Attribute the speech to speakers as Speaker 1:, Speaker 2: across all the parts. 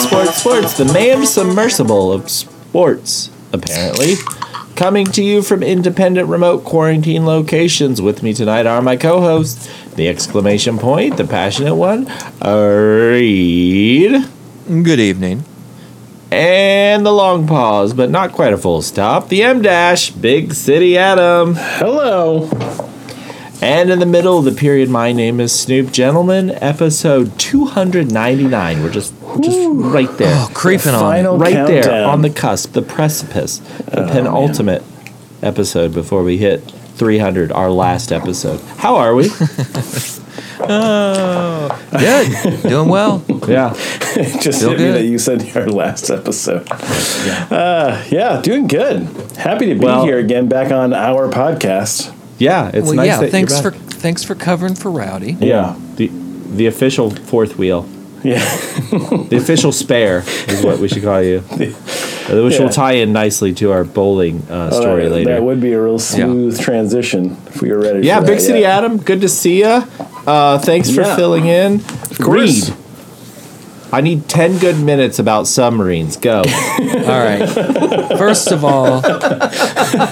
Speaker 1: Sports, the MAM submersible of sports, apparently. Coming to you from independent remote quarantine locations. With me tonight are my co hosts, the exclamation point, the passionate one, Reed,
Speaker 2: Good evening.
Speaker 1: and the long pause, but not quite a full stop, the M dash, Big City Adam.
Speaker 3: Hello.
Speaker 1: And in the middle of the period, my name is Snoop Gentleman, episode 299. We're just just right there.
Speaker 2: Oh, creeping on. it.
Speaker 3: Final
Speaker 1: right there
Speaker 3: countdown.
Speaker 1: on the cusp, the precipice, the
Speaker 2: Oh,
Speaker 1: penultimate episode before we hit 300, our last episode. How are we?
Speaker 2: Good. Doing well.
Speaker 1: yeah.
Speaker 3: Just
Speaker 2: Feel
Speaker 3: hit me
Speaker 2: good?
Speaker 3: that you said our last episode. Uh, yeah, doing good. Happy to be
Speaker 1: Well-
Speaker 3: here again, back on our podcast.
Speaker 1: Yeah, it's
Speaker 2: well,
Speaker 1: nice
Speaker 2: yeah.
Speaker 1: that
Speaker 2: Thanks for
Speaker 1: you're back.
Speaker 2: thanks for covering for Rowdy.
Speaker 1: Yeah. The the official fourth wheel.
Speaker 3: Yeah,
Speaker 1: The official spare is what we should call you. Which
Speaker 3: Yeah.
Speaker 1: will tie in nicely to our bowling uh, story
Speaker 3: that,
Speaker 1: later.
Speaker 3: That would be a real smooth transition if we were ready.
Speaker 1: Yeah,
Speaker 3: for
Speaker 1: Big
Speaker 3: that,
Speaker 1: City
Speaker 3: yeah.
Speaker 1: Adam, good to see ya. Uh, thanks for
Speaker 3: Yeah.
Speaker 1: filling in. Of
Speaker 3: course.
Speaker 1: Reed, I need 10 good minutes about submarines. Go.
Speaker 2: All right. First of all,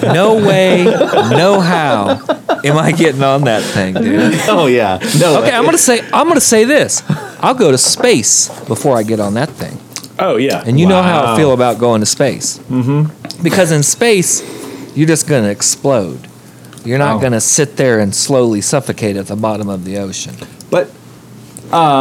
Speaker 2: no way, no how am I getting on that thing, dude.
Speaker 1: oh, yeah. No.
Speaker 2: Okay, I'm gonna say I'm gonna say this. I'll go to space before I get on that thing.
Speaker 3: Oh yeah,
Speaker 2: And you know how
Speaker 1: Wow.
Speaker 2: I feel about going to space. Mm-hmm. Because in space, you're just gonna explode. You're not
Speaker 1: Oh.
Speaker 2: gonna sit there and slowly suffocate at the bottom of the ocean.
Speaker 1: But, uh,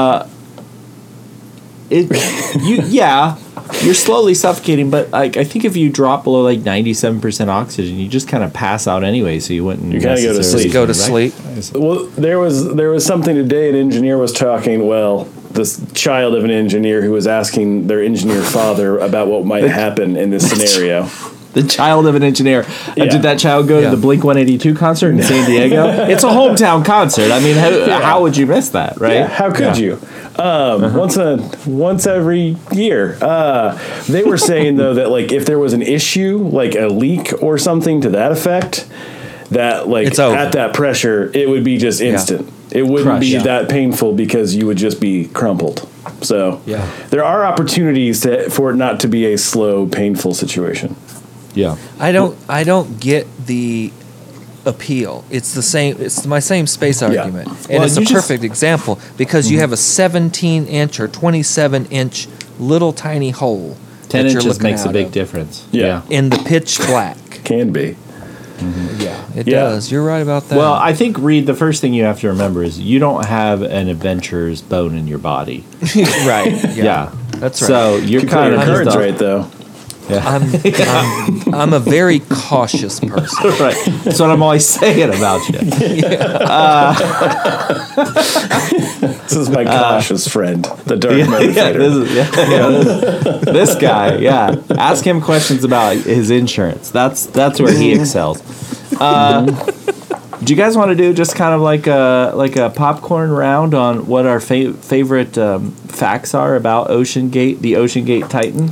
Speaker 1: it, you, yeah, you're slowly suffocating, but like, I think if you drop below like 97% oxygen, you just kind of pass out anyway, so you wouldn't.
Speaker 3: You kinda go to
Speaker 1: necessarily
Speaker 3: sleep.
Speaker 2: Go to
Speaker 1: recognize-
Speaker 3: Well, there was there was something today. An engineer was talking. Well, this child of an engineer who was asking their engineer father about what might happen in this scenario.
Speaker 1: The child of an engineer. Uh,
Speaker 3: Yeah.
Speaker 1: did that child go
Speaker 2: Yeah.
Speaker 1: to the Blink 182 concert in San Diego? it's a hometown concert. I mean, how, how would you miss that, right?
Speaker 3: Yeah, how could
Speaker 1: Yeah.
Speaker 3: you? Um, Once a once every year. Uh, they were saying though that like if there was an issue, like a leak or something to that effect, that like
Speaker 2: It's over.
Speaker 3: at that pressure, it would be just instant. It wouldn't
Speaker 2: Crush,
Speaker 3: be
Speaker 2: yeah.
Speaker 3: that painful because you would just be crumpled. So
Speaker 2: Yeah.
Speaker 3: there are opportunities to, for it not to be a slow, painful situation.
Speaker 1: Yeah.
Speaker 2: I don't I don't get the appeal. It's the same it's my same space argument. And
Speaker 1: Well,
Speaker 2: it's a
Speaker 1: you just-
Speaker 2: perfect example because you have a 17 inch or 27 inch little tiny hole
Speaker 1: 10
Speaker 2: that you're
Speaker 1: inches
Speaker 2: looking
Speaker 1: makes a
Speaker 2: out
Speaker 1: big
Speaker 2: of
Speaker 1: difference.
Speaker 3: Yeah.
Speaker 2: in the pitch black.
Speaker 3: Can be.
Speaker 2: yeah, it
Speaker 3: Yeah.
Speaker 2: does. You're right about that.
Speaker 1: Well, I think, Reed, the first thing you have to remember is you don't have an adventurer's bone in your body.
Speaker 2: right. Yeah.
Speaker 1: Yeah.
Speaker 2: That's right.
Speaker 1: So you're
Speaker 3: You put
Speaker 1: kind
Speaker 3: your
Speaker 1: of
Speaker 3: cards right though.
Speaker 2: I'm, I'm, I'm a very cautious person.
Speaker 1: right. That's what I'm always saying about you.
Speaker 3: This is my cautious friend, the dark
Speaker 1: yeah,
Speaker 3: motivator.
Speaker 1: yeah, this, is, yeah, yeah, this- this guy, yeah. Ask him questions about his insurance. That's that's where he excels. Uh, do you guys want to do just kind of like a like a popcorn round on what our fa- favorite um, facts are about Ocean Gate, the Ocean Gate Titan?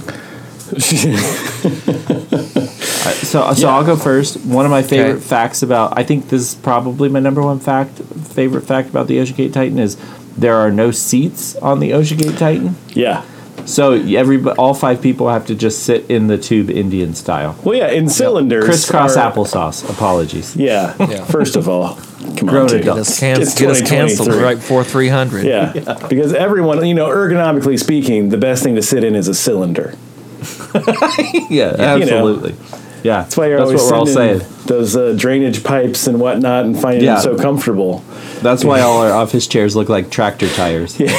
Speaker 1: Uh, So, so I'll go first. One of my favorite
Speaker 2: Okay.
Speaker 1: facts about I think this is probably my number one fact favorite fact about the Ocean Gate Titan is there are no seats on the Ocean Gate Titan.
Speaker 3: yeah.
Speaker 1: So every all five people have to just sit in the tube Indian style.
Speaker 3: Well, yeah, in cylinders.
Speaker 1: Crisscross
Speaker 3: are-
Speaker 1: applesauce. Apologies.
Speaker 3: Yeah.
Speaker 2: Yeah.
Speaker 3: First of all, come
Speaker 1: Grown
Speaker 3: on, dude.
Speaker 2: Get
Speaker 1: adult.
Speaker 2: us, can-
Speaker 3: It's
Speaker 2: get us canceled
Speaker 3: 2023.
Speaker 2: right before 300.
Speaker 3: Yeah. because everyone, you know, ergonomically speaking, the best thing to sit in is a cylinder.
Speaker 1: Yeah, absolutely. Yeah,
Speaker 3: That's why you're
Speaker 1: that's what
Speaker 3: always
Speaker 1: we're all
Speaker 3: sitting in
Speaker 1: saying.
Speaker 3: Those uh, drainage pipes and whatnot, and finding
Speaker 1: Yeah.
Speaker 3: it so comfortable.
Speaker 1: That's why all our office chairs look like tractor tires.
Speaker 2: Yeah,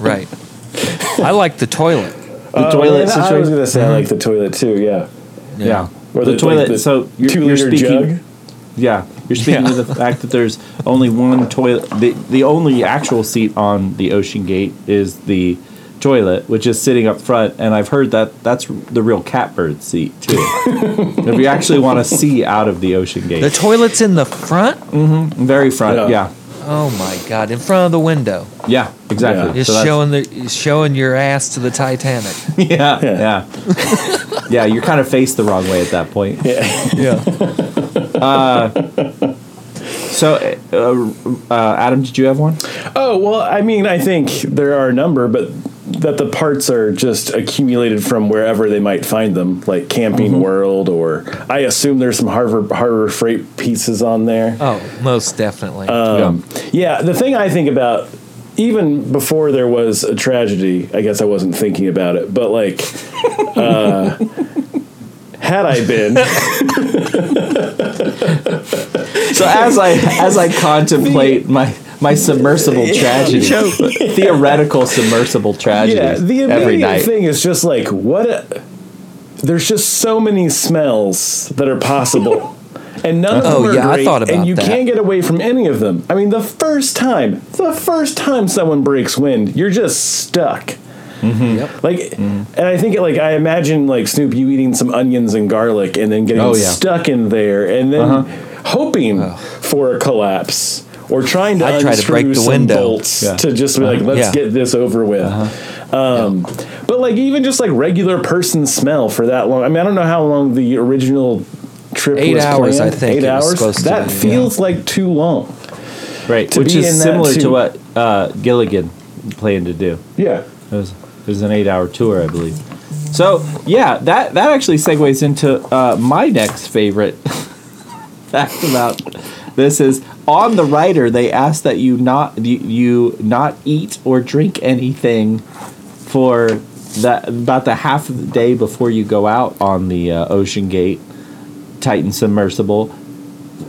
Speaker 2: right. I like the toilet.
Speaker 1: The
Speaker 3: Oh,
Speaker 1: toilet
Speaker 3: and I was
Speaker 1: situation.
Speaker 3: gonna say I like the toilet too. Yeah,
Speaker 1: yeah,
Speaker 3: Or
Speaker 1: the,
Speaker 3: the-
Speaker 1: toilet.
Speaker 3: like the
Speaker 1: so you're, you're
Speaker 3: two-liter
Speaker 1: speaking.
Speaker 3: jug?
Speaker 1: Yeah, you're speaking
Speaker 2: Yeah.
Speaker 1: to the fact that there's only one toilet. The the only actual seat on the Ocean Gate is the toilet, which is sitting up front. And I've heard that that's the real catbird seat too. if you actually want to see out of the Ocean Gate,
Speaker 2: The toilet's in the front?
Speaker 1: very front.
Speaker 3: Yeah.
Speaker 1: Yeah,
Speaker 2: Oh my god, in front of the window.
Speaker 1: yeah, exactly.
Speaker 2: It's
Speaker 1: So that's-
Speaker 2: showing the it's showing your ass to the Titanic.
Speaker 1: Yeah,
Speaker 3: Yeah.
Speaker 1: yeah, yeah. You're kind of faced the wrong way at that point.
Speaker 2: Yeah.
Speaker 1: So, uh, uh, Adam, did you have one?
Speaker 3: Oh well, I mean, I think there are a number, but that the parts are just accumulated from wherever they might find them, like Camping World, or I assume there's some Harvard Harbor Freight pieces on there.
Speaker 2: Oh, most definitely.
Speaker 1: Um,
Speaker 3: Um, Yeah, the thing I think about, even before there was a tragedy, I guess I wasn't thinking about it, but like, uh, had I been,
Speaker 1: So as I as I contemplate my my submersible tragedy, theoretical submersible tragedy,
Speaker 3: yeah, the
Speaker 1: every night.
Speaker 3: immediate thing is just like, what? A, there's just so many smells that are possible. And none of them
Speaker 2: Oh,
Speaker 3: are
Speaker 2: yeah, I
Speaker 3: great,
Speaker 2: thought about
Speaker 3: and you
Speaker 2: that.
Speaker 3: can't get away from any of them. I mean, the first time, the first time someone breaks wind, you're just stuck.
Speaker 2: Yep.
Speaker 3: Like, and I think like I imagine like Snoop, you eating some onions and garlic, and then getting
Speaker 1: Oh, yeah.
Speaker 3: stuck in there, and then
Speaker 2: Uh-huh.
Speaker 3: hoping for a collapse or trying to
Speaker 2: I'd try to break
Speaker 3: unscrew
Speaker 2: the
Speaker 3: some
Speaker 2: window. Uh-huh.
Speaker 3: bolts
Speaker 1: Yeah.
Speaker 3: to just be like, let's
Speaker 2: Yeah. Uh-huh.
Speaker 3: get this over with. Um, But like even just like regular person smell for that long. I mean, I don't know how long the original trip
Speaker 2: Eight
Speaker 3: was
Speaker 2: hours,
Speaker 3: planned.
Speaker 2: I think
Speaker 3: Eight
Speaker 2: it was
Speaker 3: hours.
Speaker 2: supposed to
Speaker 3: that
Speaker 2: be, yeah.
Speaker 3: feels like too long.
Speaker 1: right?
Speaker 3: to
Speaker 1: which
Speaker 3: be in
Speaker 1: is
Speaker 3: that
Speaker 1: similar to
Speaker 3: too.
Speaker 1: what uh, Gilligan planned to do.
Speaker 3: Yeah.
Speaker 1: It was, it was an eight-hour tour, I believe. So yeah, that that actually segues into uh, my next favorite fact about this is on the writer they ask that you not you, you not eat or drink anything for that about the half of the day before you go out on the uh, Ocean Gate Titan submersible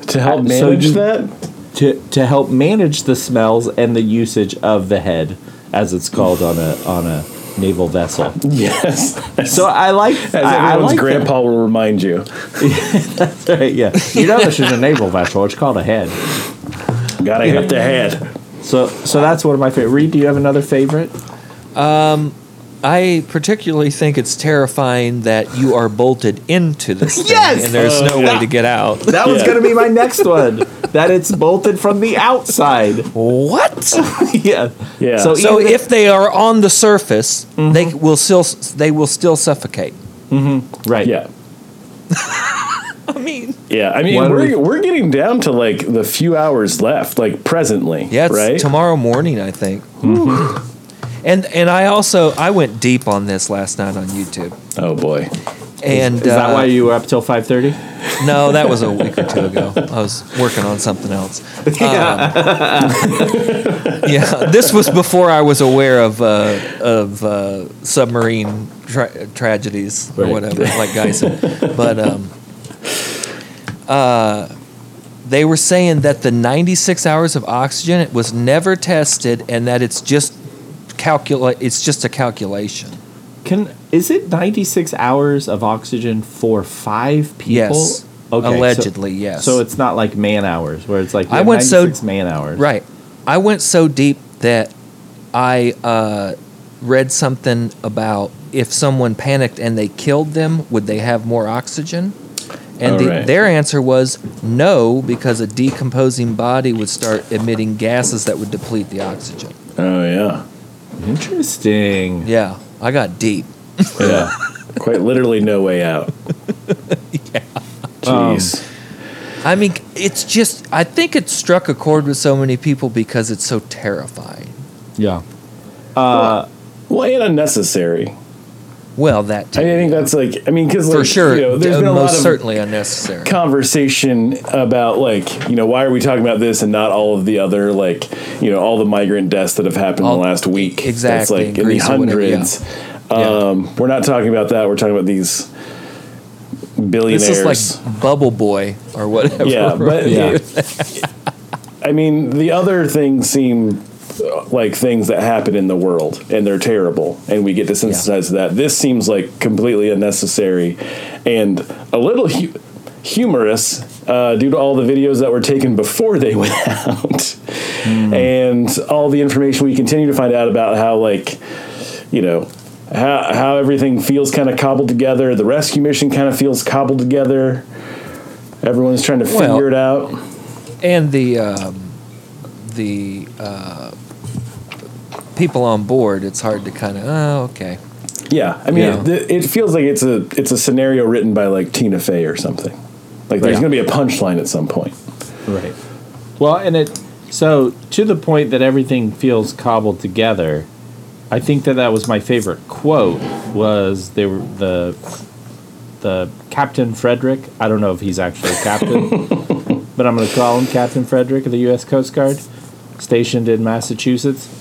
Speaker 3: To help
Speaker 1: Uh, so
Speaker 3: manage
Speaker 1: you-
Speaker 3: that,
Speaker 1: to to help manage the smells and the usage of the head, as it's called on a on a naval vessel.
Speaker 3: yes.
Speaker 1: So I like
Speaker 3: As
Speaker 1: I, I
Speaker 3: everyone's
Speaker 1: like
Speaker 3: grandpa will remind you.
Speaker 1: that. Right, yeah, you know this is a naval vessel. It's called a head.
Speaker 3: Gotta hit the head.
Speaker 1: So so that's one of my favorite. Reed, do you have another favorite?
Speaker 2: I particularly think it's terrifying that you are bolted into this thing
Speaker 1: Yes!
Speaker 2: and there's no
Speaker 1: Uh, yeah.
Speaker 2: way to get out.
Speaker 1: That was
Speaker 3: Yeah.
Speaker 1: going to be my next one. That it's bolted from the outside.
Speaker 2: What?
Speaker 1: yeah.
Speaker 3: Yeah.
Speaker 1: So,
Speaker 2: So
Speaker 1: even-
Speaker 2: if they are on the surface,
Speaker 1: Mm-hmm.
Speaker 2: they will still they will still suffocate.
Speaker 1: right.
Speaker 3: Yeah.
Speaker 2: I mean,
Speaker 3: Yeah. I mean,
Speaker 1: Why don't
Speaker 3: we're,
Speaker 1: we-
Speaker 3: we're getting down to like the few hours left, like presently.
Speaker 2: yeah, it's
Speaker 3: Right?
Speaker 2: tomorrow morning, I think.
Speaker 1: Mm-hmm.
Speaker 2: And and I also I went deep on this last night on YouTube.
Speaker 3: oh, boy.
Speaker 2: And
Speaker 1: Is that
Speaker 2: uh,
Speaker 1: why you were up till five thirty?
Speaker 2: No, that was a week or two ago. I was working on something else. Um, yeah, this was before I was aware of uh, of uh, submarine tra- tragedies or
Speaker 1: Right.
Speaker 2: whatever, like Geisen. But um, uh, they were saying that the 96 hours of oxygen it was never tested, and that it's just calculate. It's just a calculation.
Speaker 1: Can is it ninety six hours of oxygen for five people?
Speaker 2: Yes.
Speaker 1: so-
Speaker 2: Allegedly, yes.
Speaker 1: So it's not like man hours where it's like
Speaker 2: I
Speaker 1: I
Speaker 2: went
Speaker 1: went
Speaker 2: so-
Speaker 1: 96 man hours.
Speaker 2: Right. I went so deep that I uh, read something about if someone panicked and they killed them, would they have more oxygen? And the,
Speaker 3: Alright.
Speaker 2: their answer was no, because a decomposing body would start emitting gases that would deplete the oxygen.
Speaker 3: Oh, yeah.
Speaker 1: Interesting.
Speaker 2: Yeah, I got deep.
Speaker 3: Yeah. Quite literally no way out. yeah. Jeez.
Speaker 2: Um, I mean, it's just, I think it struck a chord with so many people because it's so terrifying.
Speaker 1: Yeah.
Speaker 3: well, and unnecessary.
Speaker 2: Well, that
Speaker 3: I
Speaker 2: too.
Speaker 3: mean, I think that's like, I mean, because like,
Speaker 2: for sure,
Speaker 3: you know, there's
Speaker 2: uh,
Speaker 3: been a lot
Speaker 2: most
Speaker 3: of
Speaker 2: certainly unnecessary.
Speaker 3: conversation about like, you know, why are we talking about this and not all of the other like, you know, all the migrant deaths that have happened
Speaker 2: All-
Speaker 3: in the last week? That's
Speaker 2: exactly,
Speaker 3: like
Speaker 2: in
Speaker 3: in the
Speaker 2: Greece or whatever, yeah.
Speaker 3: hundreds.
Speaker 2: Yeah.
Speaker 3: Um, We're not talking about that. We're talking about these billionaires.
Speaker 2: This is like Bubble Boy or whatever.
Speaker 3: yeah, but
Speaker 1: Yeah.
Speaker 3: I mean, the other things seem uh, like things that happen in the world, and they're terrible, and we get desensitized to that. This seems like completely unnecessary, and a little hu- humorous uh, due to all the videos that were taken before they went out, and all the information we continue to find out about how like you know how how everything feels kind of cobbled together. The rescue mission kind of feels cobbled together. Everyone's trying to
Speaker 2: Well-
Speaker 3: figure it out.
Speaker 2: and the um, the uh, people on board, it's hard to kind of oh okay.
Speaker 3: Yeah, I mean,
Speaker 2: Yeah.
Speaker 3: It, it feels like it's a it's a scenario written by like Tina Fey or something. Like there's
Speaker 1: Yeah.
Speaker 3: going to be a punchline at some point.
Speaker 1: Right. Well, and it so to the point that everything feels cobbled together. I think that that was my favorite quote. Was they were the the Captain Frederick? I don't know if he's actually a captain, but I'm going to call him Captain Frederick of the U.S. Coast Guard, stationed in Massachusetts.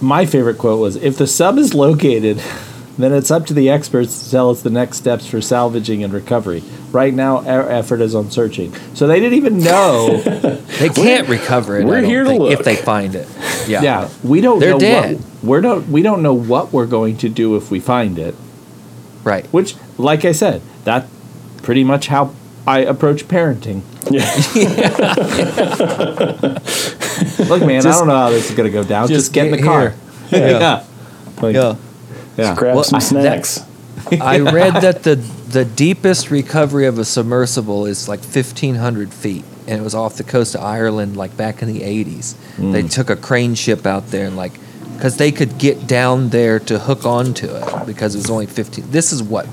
Speaker 1: My favorite quote was, "If the sub is located." Then it's up to the experts to tell us the next steps for salvaging and recovery. Right now, our effort is on searching. So they didn't even know
Speaker 2: They can't recover it.
Speaker 3: we're
Speaker 2: I don't
Speaker 3: here to
Speaker 2: think,
Speaker 3: look.
Speaker 2: if they find it. Yeah.
Speaker 1: Yeah, we don't.
Speaker 2: They're
Speaker 1: know
Speaker 2: dead.
Speaker 1: What, we're don't. We don't know what we're going to do if we find it.
Speaker 2: Right.
Speaker 1: Which, like I said, that's pretty much how I approach parenting. Look, man, I
Speaker 2: Just-
Speaker 1: don't know how this is gonna go down. Just,
Speaker 2: just
Speaker 1: get in the
Speaker 2: get
Speaker 1: car. yeah. Like,
Speaker 2: Yeah.
Speaker 1: yeah.
Speaker 3: Grab
Speaker 2: Well,
Speaker 3: some
Speaker 2: I- that-
Speaker 3: snacks.
Speaker 2: I read that the the deepest recovery of a submersible is like 1500 feet and it was off the coast of Ireland like back in the 80s. They took a crane ship out there and like cuz they could get down there to hook onto it because it was only 15 This is what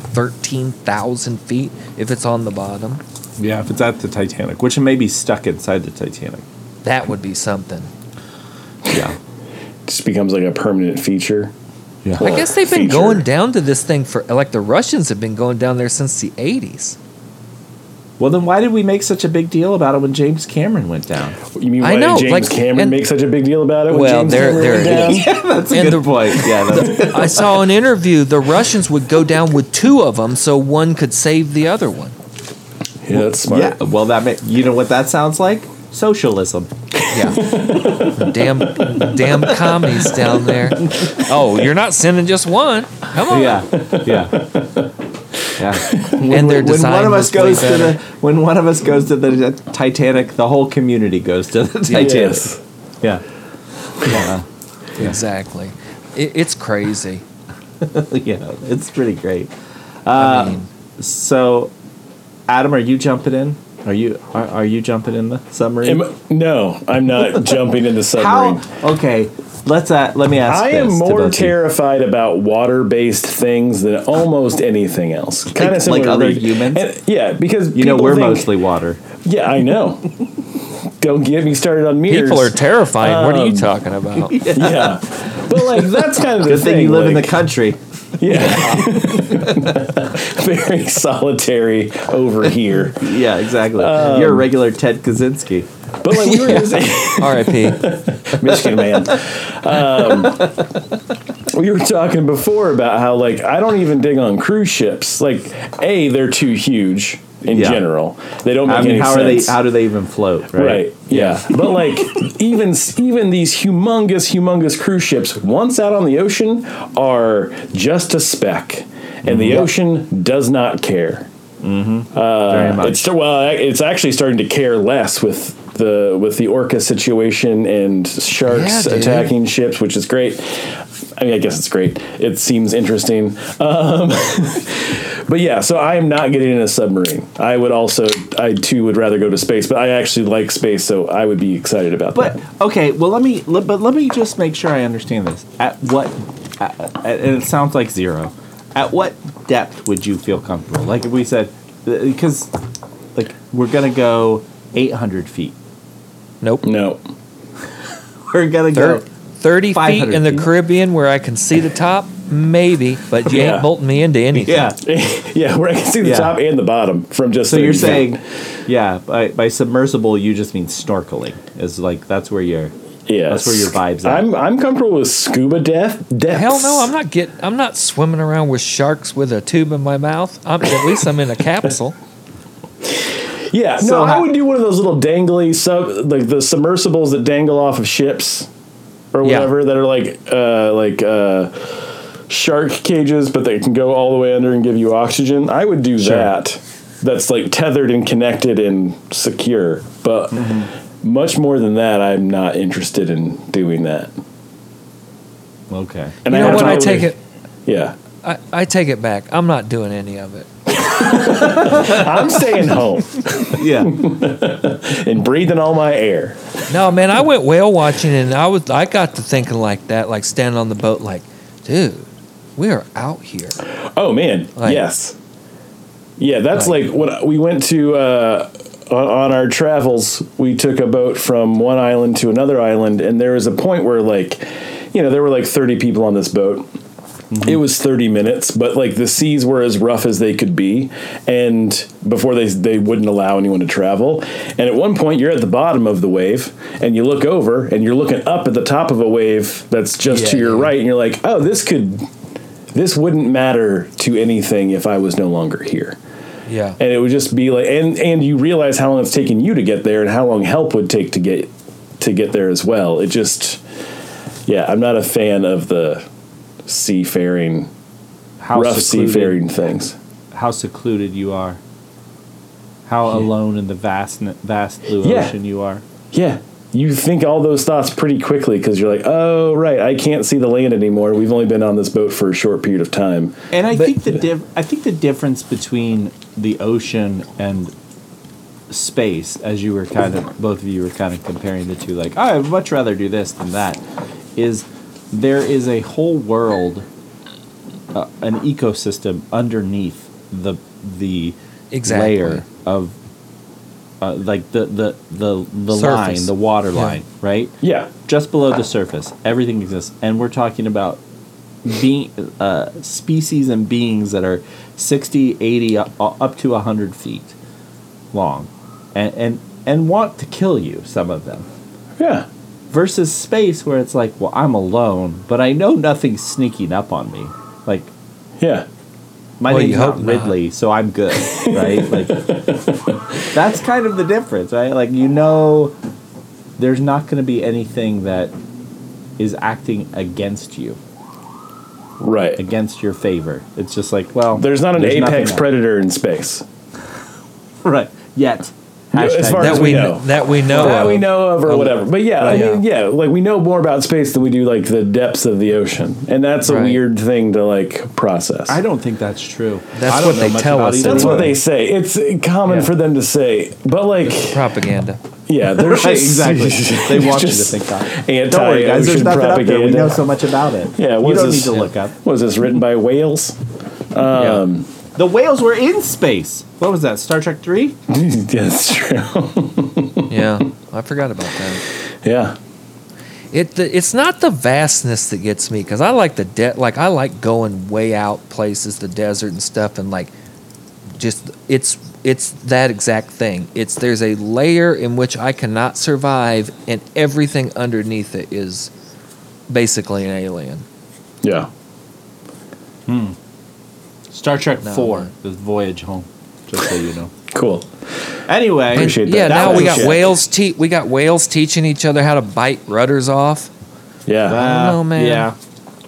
Speaker 2: 13,000 feet if it's on the bottom.
Speaker 1: Yeah, if it's at the Titanic, which it may be stuck inside the Titanic.
Speaker 2: That would be something.
Speaker 1: Yeah.
Speaker 3: just becomes like a permanent feature.
Speaker 1: Yeah.
Speaker 2: I guess they've been
Speaker 3: feature.
Speaker 2: going down to this thing for like the Russians have been going down there since the 80s.
Speaker 1: Well, then why did we make such a big deal about it when James Cameron went down?
Speaker 3: You mean
Speaker 2: I
Speaker 3: why
Speaker 2: know,
Speaker 3: did James
Speaker 2: like,
Speaker 3: Cameron
Speaker 2: and-
Speaker 3: make such a big deal about it? When
Speaker 2: Well,
Speaker 3: James
Speaker 2: there-
Speaker 3: Cameron
Speaker 2: there
Speaker 3: went
Speaker 2: it
Speaker 3: down?
Speaker 2: is.
Speaker 1: that's
Speaker 2: And the-
Speaker 1: point. Yeah. That's,
Speaker 2: I saw an interview. The Russians would go down with two of them so one could save the other one.
Speaker 3: Yeah, that's smart.
Speaker 1: yeah. Well, that may, you know what that sounds like? Socialism.
Speaker 2: Yeah. damn, damn commies down there. Oh, you're not sending just one. Come on.
Speaker 1: yeah, yeah, yeah. When,
Speaker 2: And their
Speaker 1: when
Speaker 2: design
Speaker 1: one of us
Speaker 2: was way
Speaker 1: goes to
Speaker 2: better.
Speaker 1: the when one of us goes to the Titanic, the whole community goes to the Titanic.
Speaker 3: Yes.
Speaker 1: Yeah, yeah,
Speaker 2: Exactly. It, it's crazy.
Speaker 1: yeah. It's pretty great. Uh,
Speaker 2: I mean,
Speaker 1: So, Adam, are you jumping in? Are you are, are you jumping in the submarine?
Speaker 3: Am- no, I'm not jumping in the submarine.
Speaker 1: How? Okay, let's uh, let me ask.
Speaker 3: I am
Speaker 1: this to both
Speaker 3: more
Speaker 1: of you.
Speaker 3: terrified about water-based things than almost anything else. Kind
Speaker 1: like
Speaker 3: of similar to
Speaker 1: other
Speaker 3: Reed.
Speaker 1: humans?
Speaker 3: And- yeah, because
Speaker 1: You know,
Speaker 3: people
Speaker 1: we're
Speaker 3: think-
Speaker 1: mostly water.
Speaker 3: Yeah, I know. Don't get me started on mirrors.
Speaker 2: people are terrifying. what are you
Speaker 3: Um,
Speaker 2: talking about?
Speaker 3: yeah, but like that's kind of the
Speaker 1: Good
Speaker 3: thing.
Speaker 1: thing you live in the
Speaker 3: like-
Speaker 1: country.
Speaker 3: Yeah. Very solitary over here.
Speaker 1: Yeah, exactly.
Speaker 3: Um,
Speaker 1: You're a regular Ted Kaczynski.
Speaker 3: But like we were just,
Speaker 2: R.I.P.
Speaker 3: Michigan man. Um, we were talking before about how like I don't even dig on cruise ships. Like A, they're too huge in
Speaker 1: Yeah.
Speaker 3: general. They don't make
Speaker 1: I mean,
Speaker 3: any
Speaker 1: how are they?
Speaker 3: sense.
Speaker 1: How do they even float? Right.
Speaker 3: Right. Yeah. but like even even these humongous humongous cruise ships once out on the ocean are just a speck and the ocean does not care.
Speaker 1: Very
Speaker 3: uh, It's
Speaker 1: much.
Speaker 3: still- well, it's actually starting to care less with the with the orca situation and sharks
Speaker 2: Yeah, dude.
Speaker 3: attacking ships, which is great. I mean, I guess it's great. It seems interesting, um, but yeah. So I am not getting in a submarine. I would also, I too would rather go to space, but I actually like space, so I would be excited about
Speaker 1: But
Speaker 3: that.
Speaker 1: okay, well let me let, but let me just make sure I understand this. At what at, at- and it sounds like zero. At what depth would you feel comfortable? Like if we said because like we're gonna go 800 feet.
Speaker 2: Nope.
Speaker 3: No,
Speaker 1: We're gonna
Speaker 2: Thir-
Speaker 1: go.
Speaker 2: 30 feet
Speaker 1: 500
Speaker 2: in the
Speaker 1: feet.
Speaker 2: Caribbean where I can see the top, maybe, but you
Speaker 3: Yeah.
Speaker 2: ain't bolting me into anything.
Speaker 1: Yeah.
Speaker 3: yeah, where I can see the
Speaker 1: Yeah.
Speaker 3: top and the bottom from just.
Speaker 1: So you're
Speaker 3: 30 feet.
Speaker 1: saying, yeah, by, by submersible you just mean snorkeling is like that's where you're.
Speaker 3: yeah,
Speaker 1: that's where your vibes at.
Speaker 3: I'm I'm comfortable with scuba death. Depths.
Speaker 2: Hell no, I'm not get. I'm not swimming around with sharks with a tube in my mouth. I'm, at least I'm in a capsule.
Speaker 3: Yeah, no,
Speaker 1: So
Speaker 3: I
Speaker 1: how-
Speaker 3: would do one of those little dangly sub, like the submersibles that dangle off of ships or
Speaker 2: Yeah.
Speaker 3: whatever that are like uh, like uh, shark cages, but they can go all the way under and give you oxygen. I would do that. That's like tethered and connected and secure, but
Speaker 2: Mm-hmm.
Speaker 3: much more than that, I'm not interested in doing that.
Speaker 1: Okay.
Speaker 3: And
Speaker 2: You know
Speaker 3: have
Speaker 2: what? I
Speaker 3: to-
Speaker 2: take it.
Speaker 3: Yeah,
Speaker 2: I, I take it back. I'm not doing any of it.
Speaker 3: I'm staying home
Speaker 1: Yeah.
Speaker 3: and breathing all my air.
Speaker 2: No, man, I went whale watching and I was I got to thinking like that, like standing on the boat, like, dude, we are out here.
Speaker 3: Oh man,
Speaker 2: Like-
Speaker 3: yes, yeah. That's
Speaker 2: Like-
Speaker 3: like, when I- we went to uh, on- on our travels, we took a boat from one island to another island, and there was a point where, like, you know, there were like 30 people on this boat.
Speaker 2: Mm-hmm.
Speaker 3: It was 30 minutes, but like the seas were as rough as they could be, and before they they wouldn't allow anyone to travel. And at one point, you're at the bottom of the wave, and you look over, and you're looking up at the top of a wave that's just to
Speaker 2: Yeah,
Speaker 3: your
Speaker 2: yeah.
Speaker 3: right, and you're like, oh, this could, this wouldn't matter to anything if I was no longer here
Speaker 2: Yeah.
Speaker 3: and it would just be like and and you realize how long it's taken you to get there and how long help would take to get to get there as well it just yeah i'm not a fan of the seafaring
Speaker 1: How
Speaker 3: rough
Speaker 1: secluded-
Speaker 3: seafaring things
Speaker 1: How secluded you are. How alone in the vast, vast blue
Speaker 3: Yeah.
Speaker 1: ocean you are.
Speaker 3: yeah you think all those thoughts pretty quickly because you're like oh right i can't see the land anymore we've only been on this boat for a short period of time
Speaker 1: And I
Speaker 2: But-
Speaker 1: think the diff- I think the difference between the ocean and space, as you were kind of both of you were kind of comparing the two, like I would much rather do this than that, is there is a whole world, uh, an ecosystem underneath the the
Speaker 2: Exactly.
Speaker 1: layer of uh, like the the the the line,
Speaker 2: Surface.
Speaker 1: the water
Speaker 2: Yeah.
Speaker 1: line, right?
Speaker 3: yeah
Speaker 1: just below the surface, everything exists, and we're talking about being uh, species and beings that are 60, 80, uh, up to 100 feet long, and, and and want to kill you. Some of them
Speaker 3: yeah
Speaker 1: versus space, where it's like, well, I'm alone, but I know nothing's sneaking up on me. Like
Speaker 3: yeah
Speaker 1: my
Speaker 2: Well,
Speaker 1: name's
Speaker 2: you
Speaker 1: not
Speaker 2: hope not.
Speaker 1: Ridley, so I'm good, right? like that's kind of the difference, right? Like you know, there's not going to be anything that is acting against you,
Speaker 3: right
Speaker 1: against your favor. It's just like, well,
Speaker 3: there's not an
Speaker 1: nothing
Speaker 3: apex
Speaker 1: out-
Speaker 3: predator in space
Speaker 1: right? Yet,
Speaker 3: Yeah, as
Speaker 1: Hashtag
Speaker 3: far
Speaker 1: yet.
Speaker 3: as
Speaker 2: That
Speaker 3: we
Speaker 2: we
Speaker 3: know.
Speaker 2: kn- that we know
Speaker 3: that
Speaker 2: of.
Speaker 3: we know of or
Speaker 2: Um,
Speaker 3: whatever. But yeah, I
Speaker 2: yeah.
Speaker 3: mean, yeah, like we know more about space than we do like the depths of the ocean, and that's a
Speaker 2: Right.
Speaker 3: weird thing to like process.
Speaker 1: I don't think that's true.
Speaker 2: That's
Speaker 1: I don't
Speaker 2: what
Speaker 1: know
Speaker 2: they
Speaker 1: much
Speaker 2: tell
Speaker 1: about
Speaker 2: us
Speaker 1: either
Speaker 3: that's what
Speaker 1: one.
Speaker 3: they say. It's common
Speaker 1: Yeah.
Speaker 3: for them to say, but like,
Speaker 2: Propaganda.
Speaker 3: yeah, they're
Speaker 1: Right,
Speaker 3: just-
Speaker 1: exactly. They want you to
Speaker 3: just
Speaker 1: think that.
Speaker 3: Anti
Speaker 1: Don't worry, guys. There's
Speaker 3: ocean
Speaker 1: nothing up there. We know
Speaker 3: propaganda.
Speaker 1: so much about it.
Speaker 3: Yeah,
Speaker 1: you
Speaker 3: what is
Speaker 1: don't need
Speaker 3: this?
Speaker 1: to look up.
Speaker 3: Was this written by whales?
Speaker 2: Um,
Speaker 1: The whales were in space. What was that? Star Trek Three.
Speaker 3: that's true.
Speaker 2: yeah. I forgot about that.
Speaker 3: yeah,
Speaker 2: It the, it's not the vastness that gets me because I like the de- like I like going way out places, the desert and stuff, and like just it's it's that exact thing. It's there's a layer in which I cannot survive, and everything underneath it is basically an alien.
Speaker 3: yeah.
Speaker 1: Star Trek
Speaker 2: No.
Speaker 1: Four, the Voyage Home. Just so you know.
Speaker 3: Cool.
Speaker 1: Anyway,
Speaker 2: And,
Speaker 3: Appreciate that.
Speaker 2: yeah,
Speaker 1: That
Speaker 2: now we
Speaker 1: was
Speaker 2: got
Speaker 1: shit.
Speaker 2: whales te- we got whales teaching each other how to bite rudders off.
Speaker 3: Yeah.
Speaker 1: uh,
Speaker 2: know, man.
Speaker 1: Yeah,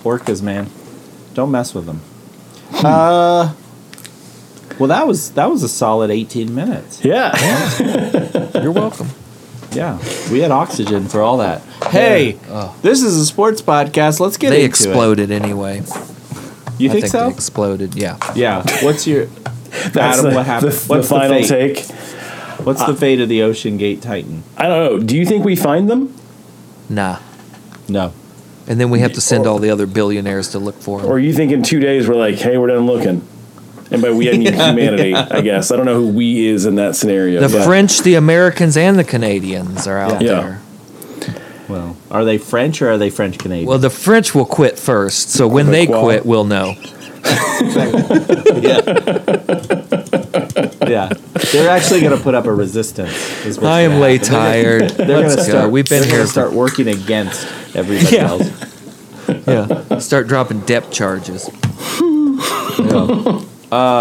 Speaker 1: orcas, man. Don't mess with them. Uh, well, that was that was a solid eighteen minutes.
Speaker 3: yeah.
Speaker 2: You're welcome.
Speaker 1: Yeah, we had oxygen for all that. Hey,
Speaker 2: Oh.
Speaker 1: this is a sports podcast. Let's get
Speaker 2: they
Speaker 1: into
Speaker 2: exploded anyway.
Speaker 1: it. You think,
Speaker 2: I think
Speaker 1: so?
Speaker 2: they exploded. Yeah.
Speaker 1: yeah. What's your
Speaker 3: That's
Speaker 1: Adam?
Speaker 3: the,
Speaker 1: what happened?
Speaker 3: the- the
Speaker 1: What's the, Uh,
Speaker 3: final
Speaker 1: fate?
Speaker 3: take.
Speaker 1: What's the fate of the Ocean Gate Titan?
Speaker 3: I don't know. Do you think we find them,
Speaker 2: Nah.
Speaker 1: No.
Speaker 2: And then we have to send
Speaker 3: Or-
Speaker 2: all the other billionaires to look for him.
Speaker 3: or you think in two days we're like, hey, we're done looking? And by we, I mean humanity, I guess. I don't know who we is in that scenario.
Speaker 2: the
Speaker 3: but-
Speaker 2: French, the Americans, and the Canadians are out
Speaker 3: Yeah. Yeah.
Speaker 2: there.
Speaker 1: Well, are they French or are they French Canadian?
Speaker 2: Well, the French will quit first, so when they
Speaker 3: Quebecois.
Speaker 2: quit, we'll know.
Speaker 1: yeah. yeah. They're actually going to put up a resistance. is what's
Speaker 2: I
Speaker 1: gonna
Speaker 2: am way
Speaker 1: happen.
Speaker 2: tired.
Speaker 1: They're going to
Speaker 2: Let's go.
Speaker 1: start.
Speaker 2: We've been
Speaker 1: they're gonna
Speaker 2: here.
Speaker 1: Start
Speaker 2: for-
Speaker 1: working against everybody
Speaker 3: Yeah.
Speaker 1: else.
Speaker 2: yeah. Start dropping depth charges.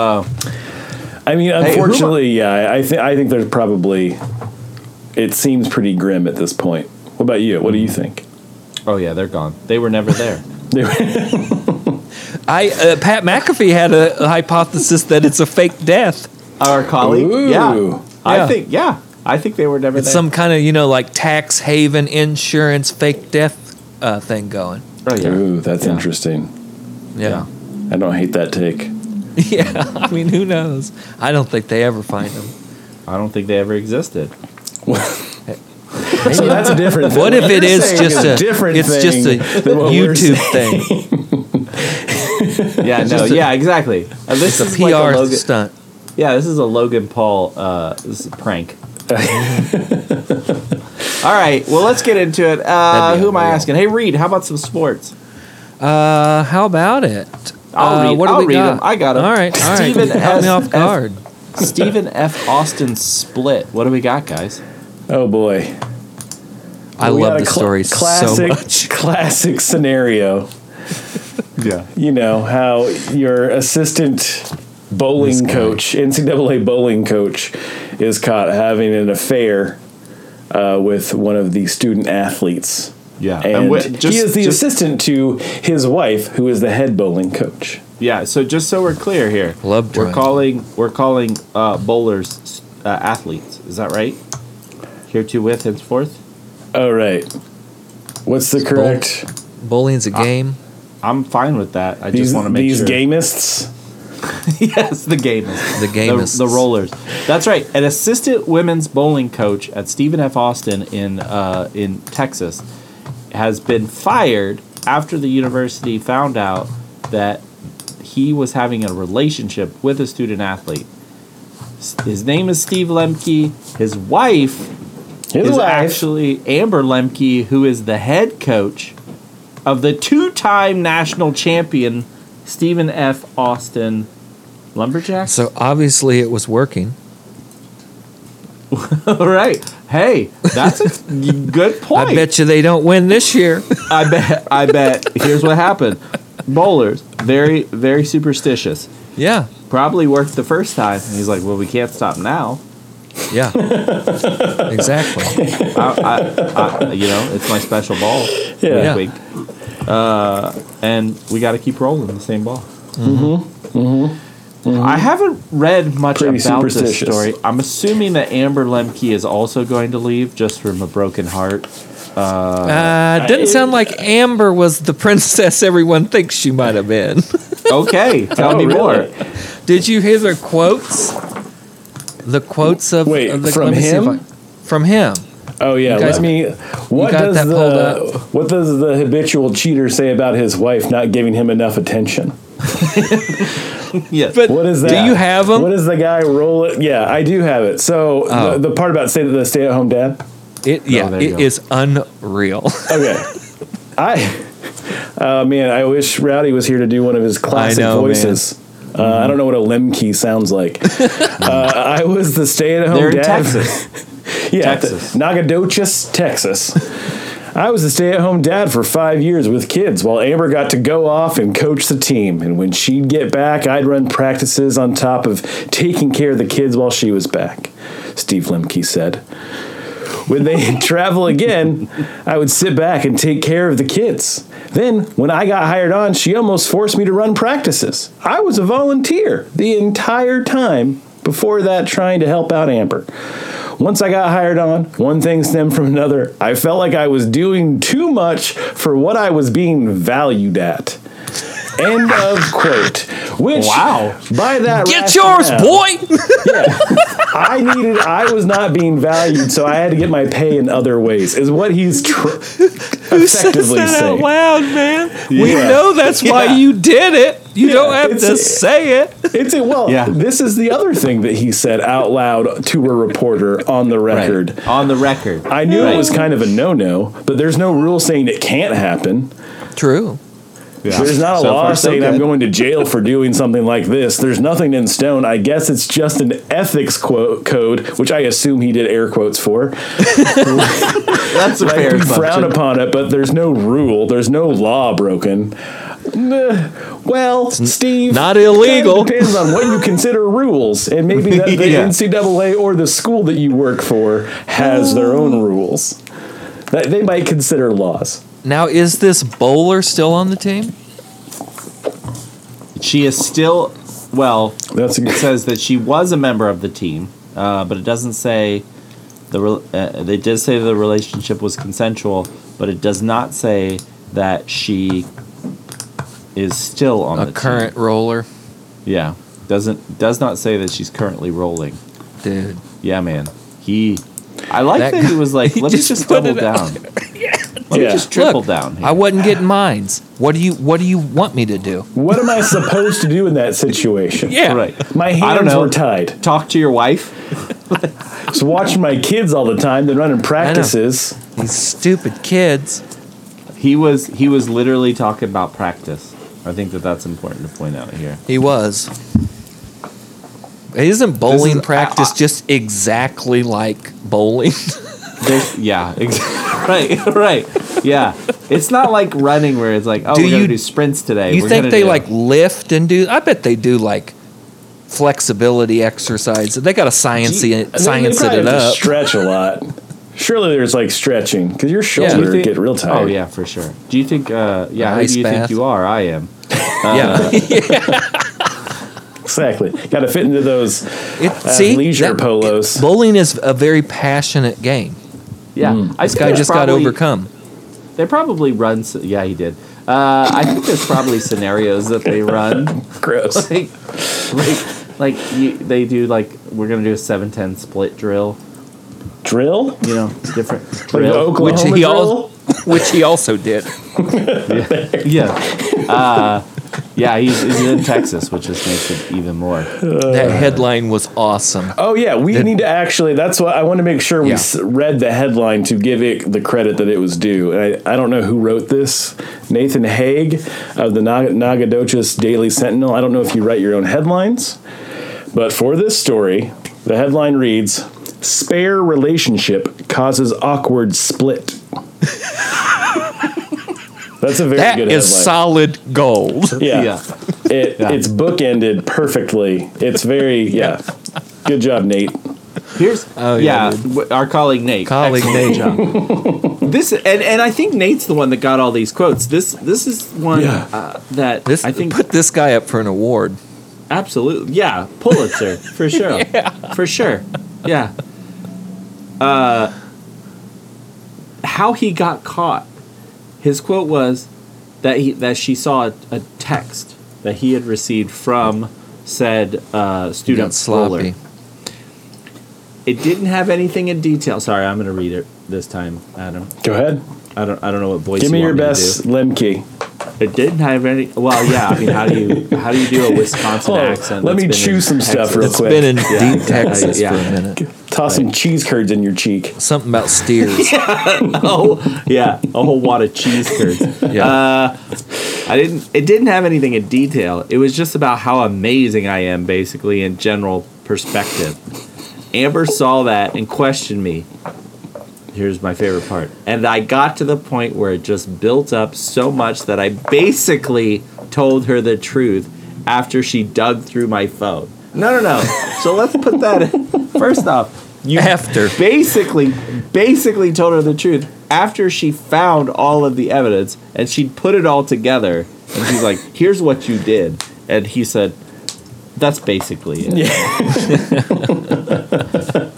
Speaker 3: I mean,
Speaker 1: who-
Speaker 3: unfortunately, yeah, I, th- I think there's probably. It seems pretty grim at this point. What about you? What do you think?
Speaker 1: Oh yeah, they're gone. They were never there.
Speaker 2: I uh, Pat McAfee had a, a hypothesis that it's a fake death.
Speaker 1: Our colleague.
Speaker 3: Ooh.
Speaker 1: Yeah. I
Speaker 2: Yeah.
Speaker 1: think. Yeah. I think they were never
Speaker 2: It's
Speaker 1: there.
Speaker 2: some kind of you know like tax haven insurance fake death uh, thing going.
Speaker 1: oh, yeah.
Speaker 3: Ooh, that's
Speaker 1: Yeah.
Speaker 3: interesting.
Speaker 2: Yeah.
Speaker 3: I don't hate that take.
Speaker 2: yeah. I mean, who knows? I don't think they ever find him.
Speaker 1: I don't think they ever existed.
Speaker 3: So that's a different.
Speaker 2: What if it
Speaker 3: you're
Speaker 2: is
Speaker 3: saying
Speaker 2: just
Speaker 3: is
Speaker 2: a,
Speaker 3: a different
Speaker 2: It's just
Speaker 3: thing
Speaker 2: a
Speaker 3: than what we're
Speaker 2: YouTube thing.
Speaker 1: Yeah. No.
Speaker 2: Just a-
Speaker 1: yeah. Exactly. Uh, this
Speaker 2: It's a
Speaker 1: is
Speaker 2: PR
Speaker 1: like a Logan,
Speaker 2: stunt.
Speaker 1: Yeah. This is a Logan Paul uh, s- prank. All right, well, let's get into it. Uh,
Speaker 2: That'd be
Speaker 1: who am I
Speaker 2: unreal.
Speaker 1: asking? Hey, Reed, how about some sports?
Speaker 2: Uh, how about it?
Speaker 1: I'll
Speaker 2: uh,
Speaker 1: read-
Speaker 2: what do
Speaker 1: I'll
Speaker 2: we
Speaker 1: read
Speaker 2: got?
Speaker 1: 'em. I got 'em.
Speaker 2: All right, all right.
Speaker 1: Stephen
Speaker 2: You caught
Speaker 1: S.
Speaker 2: me off
Speaker 1: F.
Speaker 2: guard.
Speaker 1: Stephen F. Austin split. What do we got, guys?
Speaker 3: Oh boy.
Speaker 2: I
Speaker 3: We
Speaker 2: love
Speaker 3: got a
Speaker 2: the
Speaker 3: cl-
Speaker 2: story so
Speaker 3: classic,
Speaker 2: much.
Speaker 3: Classic scenario.
Speaker 1: Yeah.
Speaker 3: You know how your assistant bowling coach, NCAA bowling coach, is caught having an affair uh, with one of the student athletes.
Speaker 1: Yeah.
Speaker 3: And,
Speaker 1: Uh, And wh- just-
Speaker 3: he is the
Speaker 1: just-
Speaker 3: assistant to his wife, who is the head bowling coach.
Speaker 1: Yeah. So just so we're clear here,
Speaker 2: Love
Speaker 1: we're
Speaker 2: triangle.
Speaker 1: calling we're calling uh, bowlers uh, athletes. Is that right? Heretofore, henceforth.
Speaker 3: All right. What's the
Speaker 2: bowl-
Speaker 3: correct?
Speaker 2: Bowling's a game.
Speaker 1: I'm fine with that. I
Speaker 3: These,
Speaker 1: just want to make
Speaker 3: these
Speaker 1: sure.
Speaker 3: gamists.
Speaker 1: yes, the gamers.
Speaker 2: The gamists.
Speaker 1: The, the rollers. That's right. An assistant women's bowling coach at Stephen F. Austin in uh, in Texas has been fired after the university found out that he was having a relationship with a student athlete. S- His name is Steve Lemke. His wife
Speaker 3: His
Speaker 1: is
Speaker 3: wife.
Speaker 1: actually Amber Lemke, who is the head coach of the two-time national champion Stephen F. Austin Lumberjacks.
Speaker 2: So obviously it was working.
Speaker 1: All right. Hey, that's a good point.
Speaker 2: I bet you they don't win this year.
Speaker 1: I bet. I bet. Here's what happened. Bowlers, very, very superstitious.
Speaker 2: yeah,
Speaker 1: Probably worked the first time. And he's like, well, we can't stop now.
Speaker 2: yeah, exactly.
Speaker 1: I, you know, it's my special ball.
Speaker 3: Yeah.
Speaker 1: Wink, wink. Uh, and we got to keep rolling the same ball. Mm-hmm. Mm-hmm. I haven't read much
Speaker 3: Pretty
Speaker 1: about this
Speaker 3: superstitious.
Speaker 1: story. I'm assuming that Amber Lemke is also going to leave just from a broken heart.
Speaker 2: Uh, didn't sound like Amber was the princess everyone thinks she might have been.
Speaker 1: Okay, tell
Speaker 3: Oh,
Speaker 1: me more.
Speaker 3: really?
Speaker 2: Did you hear their quotes? The quotes of
Speaker 3: Wait,
Speaker 2: of the,
Speaker 3: from
Speaker 2: let me see if
Speaker 3: him?
Speaker 2: I- from him.
Speaker 3: Oh yeah,
Speaker 2: guys-
Speaker 3: let me. What
Speaker 2: got
Speaker 3: does
Speaker 2: that pulled
Speaker 3: the
Speaker 2: up?
Speaker 3: what does the habitual cheater say about his wife not giving him enough attention?
Speaker 1: Yes.
Speaker 2: But
Speaker 3: What is that?
Speaker 2: Do you have them?
Speaker 3: What is the guy roll it? Yeah, I do have it. So
Speaker 2: Oh.
Speaker 3: the, the part about say the stay at home dad.
Speaker 2: It, yeah,
Speaker 1: Oh, there
Speaker 2: it
Speaker 1: you
Speaker 2: is
Speaker 1: go.
Speaker 2: unreal.
Speaker 3: Okay, I. Uh, man, I wish Rowdy was here to do one of his classic
Speaker 2: know, man.
Speaker 3: voices. Uh, I don't know what a lemke sounds like. uh, I was the stay at home
Speaker 1: They're in
Speaker 3: dad.
Speaker 1: Texas.
Speaker 3: Yeah,
Speaker 1: Texas.
Speaker 3: Texas. Nagadoches, Texas. I was a stay at home dad for five years with kids while Amber got to go off and coach the team. And when she'd get back, I'd run practices on top of taking care of the kids while she was back, Steve Lemke said. When they travel again, I would sit back and take care of the kids. Then, when I got hired on, she almost forced me to run practices. I was a volunteer the entire time before that, trying to help out Amber. Once I got hired on, one thing stemmed from another. I felt like I was doing too much for what I was being valued at. End of quote. Which,
Speaker 1: Wow.
Speaker 3: by that,
Speaker 2: Get yours,
Speaker 3: rationale-
Speaker 2: boy.
Speaker 3: I needed. I was not being valued, so I had to get my pay in other ways. Is what he's tr-
Speaker 2: Who says
Speaker 3: effectively
Speaker 2: that out
Speaker 3: saying.
Speaker 2: loud, man? We
Speaker 3: Yeah.
Speaker 2: know that's why
Speaker 1: Yeah.
Speaker 2: you did it. You don't have
Speaker 3: it's-
Speaker 2: to say it.
Speaker 3: It's a, well.
Speaker 1: Yeah.
Speaker 3: This is the other thing that he said out loud to a reporter on the record.
Speaker 1: On the record.
Speaker 3: I knew
Speaker 1: Right.
Speaker 3: it was kind of a no-no, but there's no rule saying it can't happen.
Speaker 2: True.
Speaker 3: There's not a
Speaker 1: So
Speaker 3: law
Speaker 1: far, so
Speaker 3: saying I'm
Speaker 1: good.
Speaker 3: going to jail for doing something like this. There's nothing in stone. I guess it's just an ethics quote code, which I assume he did air quotes for.
Speaker 1: That's a fair
Speaker 3: We frown
Speaker 1: assumption.
Speaker 3: upon it, but there's no rule, there's no law broken. Meh. Well, Steve,
Speaker 2: not illegal.
Speaker 3: kinda Depends on what you consider rules, and maybe that the
Speaker 1: Yeah.
Speaker 3: NCAA or the school that you work for
Speaker 1: Uh.
Speaker 3: has their own rules that they might consider laws.
Speaker 2: Now, is this bowler still on the team?
Speaker 1: She is still, well,
Speaker 3: That's a
Speaker 1: it says that she was a member of the team, uh, but it doesn't say the. rel- Uh, they did say the relationship was consensual, but it does not say that she is still on the
Speaker 2: A
Speaker 1: team.
Speaker 2: current roller,
Speaker 1: Yeah, doesn't does not say that she's currently rolling.
Speaker 2: dude.
Speaker 1: Yeah, man. He. I like that,
Speaker 2: That
Speaker 1: he
Speaker 2: guy-
Speaker 1: was like,
Speaker 2: he
Speaker 1: let
Speaker 2: just
Speaker 1: me just
Speaker 2: put
Speaker 1: double
Speaker 2: it out
Speaker 1: down. Let me
Speaker 3: Yeah.
Speaker 1: just triple
Speaker 2: Look,
Speaker 1: down here.
Speaker 2: I wasn't getting mines. What do you What do you want me to do?
Speaker 3: What am I supposed to do in that situation?
Speaker 2: Yeah,
Speaker 1: Right.
Speaker 3: My
Speaker 1: I don't
Speaker 3: hands
Speaker 1: know.
Speaker 3: were tied.
Speaker 1: Talk to your wife.
Speaker 3: I was watching my kids all the time. They're running practices.
Speaker 2: These stupid kids.
Speaker 1: He was he was literally talking about practice. I think that that's important to point out here.
Speaker 2: He was. Isn't bowling
Speaker 1: is-
Speaker 2: practice
Speaker 1: I- I-
Speaker 2: just exactly like bowling?
Speaker 1: There's, yeah, ex- right, right. Yeah, it's not like running where it's like, oh,
Speaker 2: Do
Speaker 1: we're gonna
Speaker 2: you-
Speaker 1: do sprints today.
Speaker 2: you
Speaker 1: We're
Speaker 2: think
Speaker 1: gonna
Speaker 2: they
Speaker 1: do-
Speaker 2: like lift and do? I bet they do like flexibility exercise. They got to science
Speaker 3: Gee,
Speaker 2: it,
Speaker 3: they-
Speaker 2: science
Speaker 3: they
Speaker 2: it,
Speaker 3: probably have to
Speaker 2: up.
Speaker 3: Stretch a lot. Surely there's like stretching because your
Speaker 2: Do you
Speaker 3: shoulders
Speaker 1: think-
Speaker 3: get real tired.
Speaker 1: Oh yeah, for sure. Do you think? Uh, yeah, who
Speaker 2: Ice
Speaker 1: do you
Speaker 2: bath.
Speaker 1: think you are? I am.
Speaker 2: yeah,
Speaker 3: exactly. Got to fit into those
Speaker 2: it,
Speaker 3: uh,
Speaker 2: see,
Speaker 3: leisure
Speaker 2: that-
Speaker 3: polos.
Speaker 2: bowling is a very passionate game.
Speaker 1: Yeah, I
Speaker 2: Mm. This guy just got overcome.
Speaker 1: They probably run. s- Yeah, he did. Uh, I think there's probably scenarios that they run.
Speaker 3: Gross.
Speaker 1: Like, like, like you, they do like we're gonna do a 7-10 split drill.
Speaker 3: Drill?
Speaker 1: You know, different
Speaker 3: Like the
Speaker 1: drill.
Speaker 3: Oklahoma
Speaker 2: he al-
Speaker 3: drill?
Speaker 2: which he also did.
Speaker 1: yeah, uh, yeah. He's, he's in Texas, which just makes it even more.
Speaker 2: that headline was awesome.
Speaker 3: Oh yeah, we need to actually. That's what I want to make sure we
Speaker 2: Yeah.
Speaker 3: s- read the headline to give it the credit that it was due. And I, I don't know who wrote this. Nathan Haig of the Nag- Nagadoches Daily Sentinel. I don't know if you write your own headlines, but for this story, the headline reads: "Spare relationship causes awkward split." that's a very
Speaker 2: That
Speaker 3: good
Speaker 2: is
Speaker 3: headline.
Speaker 2: solid gold.
Speaker 3: yeah.
Speaker 1: Yeah.
Speaker 3: It,
Speaker 1: Yeah.
Speaker 3: It's bookended perfectly. It's very yeah. Good job, Nate.
Speaker 1: Here's
Speaker 2: Oh, yeah,
Speaker 1: yeah, w our colleague Nate.
Speaker 2: Colleague Nate.
Speaker 1: Excellent job. this and and I think Nate's the one that got all these quotes. This this is one
Speaker 3: Yeah.
Speaker 1: uh, that
Speaker 2: This
Speaker 1: I think
Speaker 2: put this guy up for an award.
Speaker 1: absolutely yeah Pulitzer for sure for sure yeah. Uh, how he got caught. His quote was that he that she saw a, a text that he had received from said uh,
Speaker 2: He
Speaker 1: student
Speaker 2: got sloppy.
Speaker 1: Fuller. It didn't have anything in detail. Sorry, I'm going to read it this time, Adam.
Speaker 3: Go ahead.
Speaker 1: I don't. I don't know what voice.
Speaker 3: Give
Speaker 1: you
Speaker 3: me your
Speaker 1: want me to
Speaker 3: best Lemke.
Speaker 1: do. It didn't have any. Well, yeah. I mean, how do you how do you do a Wisconsin
Speaker 3: Hold on,
Speaker 1: accent?
Speaker 3: Oh, let
Speaker 1: that's
Speaker 3: me
Speaker 1: been
Speaker 3: chew
Speaker 1: in
Speaker 3: some stuff
Speaker 1: Texas?
Speaker 3: real
Speaker 2: It's
Speaker 3: quick.
Speaker 2: been in
Speaker 1: Yeah,
Speaker 2: deep
Speaker 1: exactly,
Speaker 2: Texas for
Speaker 1: yeah.
Speaker 2: a minute.
Speaker 3: Toss some cheese curds in your cheek.
Speaker 2: Something about steers.
Speaker 1: Oh, yeah, a whole wad of cheese curds.
Speaker 2: yeah.
Speaker 1: I didn't. It didn't have anything in detail. It was just about how amazing I am, basically in general perspective. Amber saw that and questioned me. Here's my favorite part. And I got to the point where it just built up so much that I basically told her the truth after she dug through my phone. No, no, no. So let's put that in. First off, you
Speaker 2: After.
Speaker 1: basically basically told her the truth after she found all of the evidence and she put it all together and she's like, "Here's what you did." And he said, "That's basically it."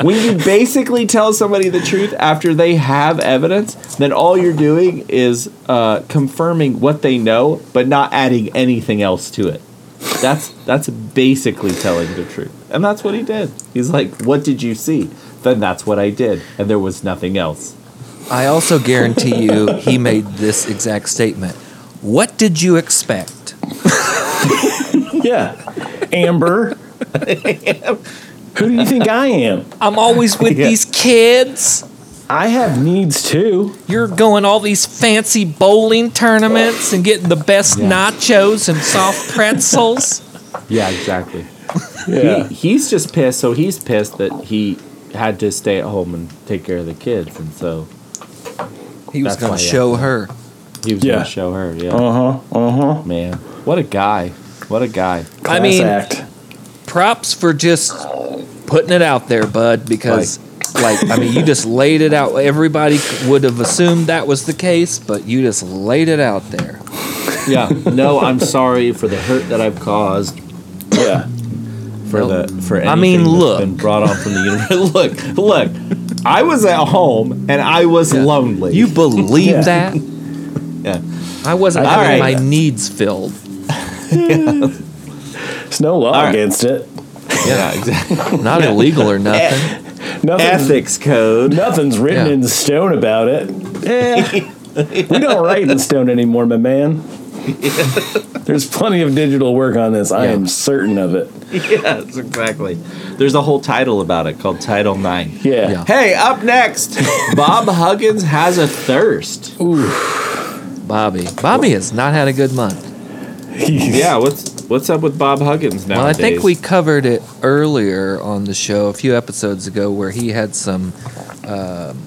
Speaker 1: when you basically tell somebody the truth after they have evidence, then all you're doing is uh, confirming what they know, but not adding anything else to it. That's that's basically telling the truth, and that's what he did. He's like, "What did you see?" Then that's what I did, and there was nothing else.
Speaker 2: I also guarantee you he made this exact statement. What did you expect?
Speaker 3: Yeah. Amber. Who do you think I am?
Speaker 2: I'm always with
Speaker 1: Yeah.
Speaker 2: these kids.
Speaker 3: I have needs too.
Speaker 2: You're going all these fancy bowling tournaments and getting the best
Speaker 1: Yeah.
Speaker 2: nachos and soft pretzels.
Speaker 1: Yeah, exactly.
Speaker 3: Yeah.
Speaker 1: He, he's just pissed. So he's pissed that he had to stay at home and take care of the kids, and so
Speaker 2: He was
Speaker 1: That's
Speaker 2: going
Speaker 1: my
Speaker 2: to show her.
Speaker 1: he was
Speaker 3: Yeah.
Speaker 1: gonna show her. Yeah, Uh-huh,
Speaker 3: Uh huh. Uh huh.
Speaker 1: man, what a guy! What a guy!
Speaker 2: I mean,
Speaker 3: act.
Speaker 2: props for just putting it out there, bud, because like I mean, you just laid it out. Everybody would have assumed that was the case, but you just laid it out there.
Speaker 1: Yeah. No, I'm sorry for the hurt that I've caused.
Speaker 3: Yeah.
Speaker 1: For
Speaker 2: Nope.
Speaker 1: the for anything
Speaker 2: I mean,
Speaker 1: that's
Speaker 2: look.
Speaker 1: been brought on from the universe. look, look. I was at home and I was
Speaker 2: Yeah.
Speaker 1: lonely.
Speaker 2: You believe
Speaker 3: Yeah.
Speaker 2: that?
Speaker 1: Yeah.
Speaker 2: I wasn't
Speaker 1: All
Speaker 2: having
Speaker 1: right.
Speaker 2: my needs filled.
Speaker 3: There's no law
Speaker 1: right.
Speaker 3: against it.
Speaker 1: yeah, exactly.
Speaker 2: Not illegal or nothing.
Speaker 3: Nothing's,
Speaker 1: Ethics code.
Speaker 3: nothing's written
Speaker 2: Yeah.
Speaker 3: in stone about it. Eh, We don't write in stone anymore, my man. There's plenty of digital work on this. I
Speaker 1: Yeah.
Speaker 3: am certain of it.
Speaker 1: yes, exactly. There's a whole title about it called Title Nine.
Speaker 3: Yeah.
Speaker 2: Yeah.
Speaker 1: Hey, up next, Bob Huggins has a thirst.
Speaker 2: Bobby. Bobby has not had a good month.
Speaker 3: He's-
Speaker 1: Yeah, what's what's up with Bob Huggins now?
Speaker 2: Well, I think we covered it earlier on the show a few episodes ago where he had some um,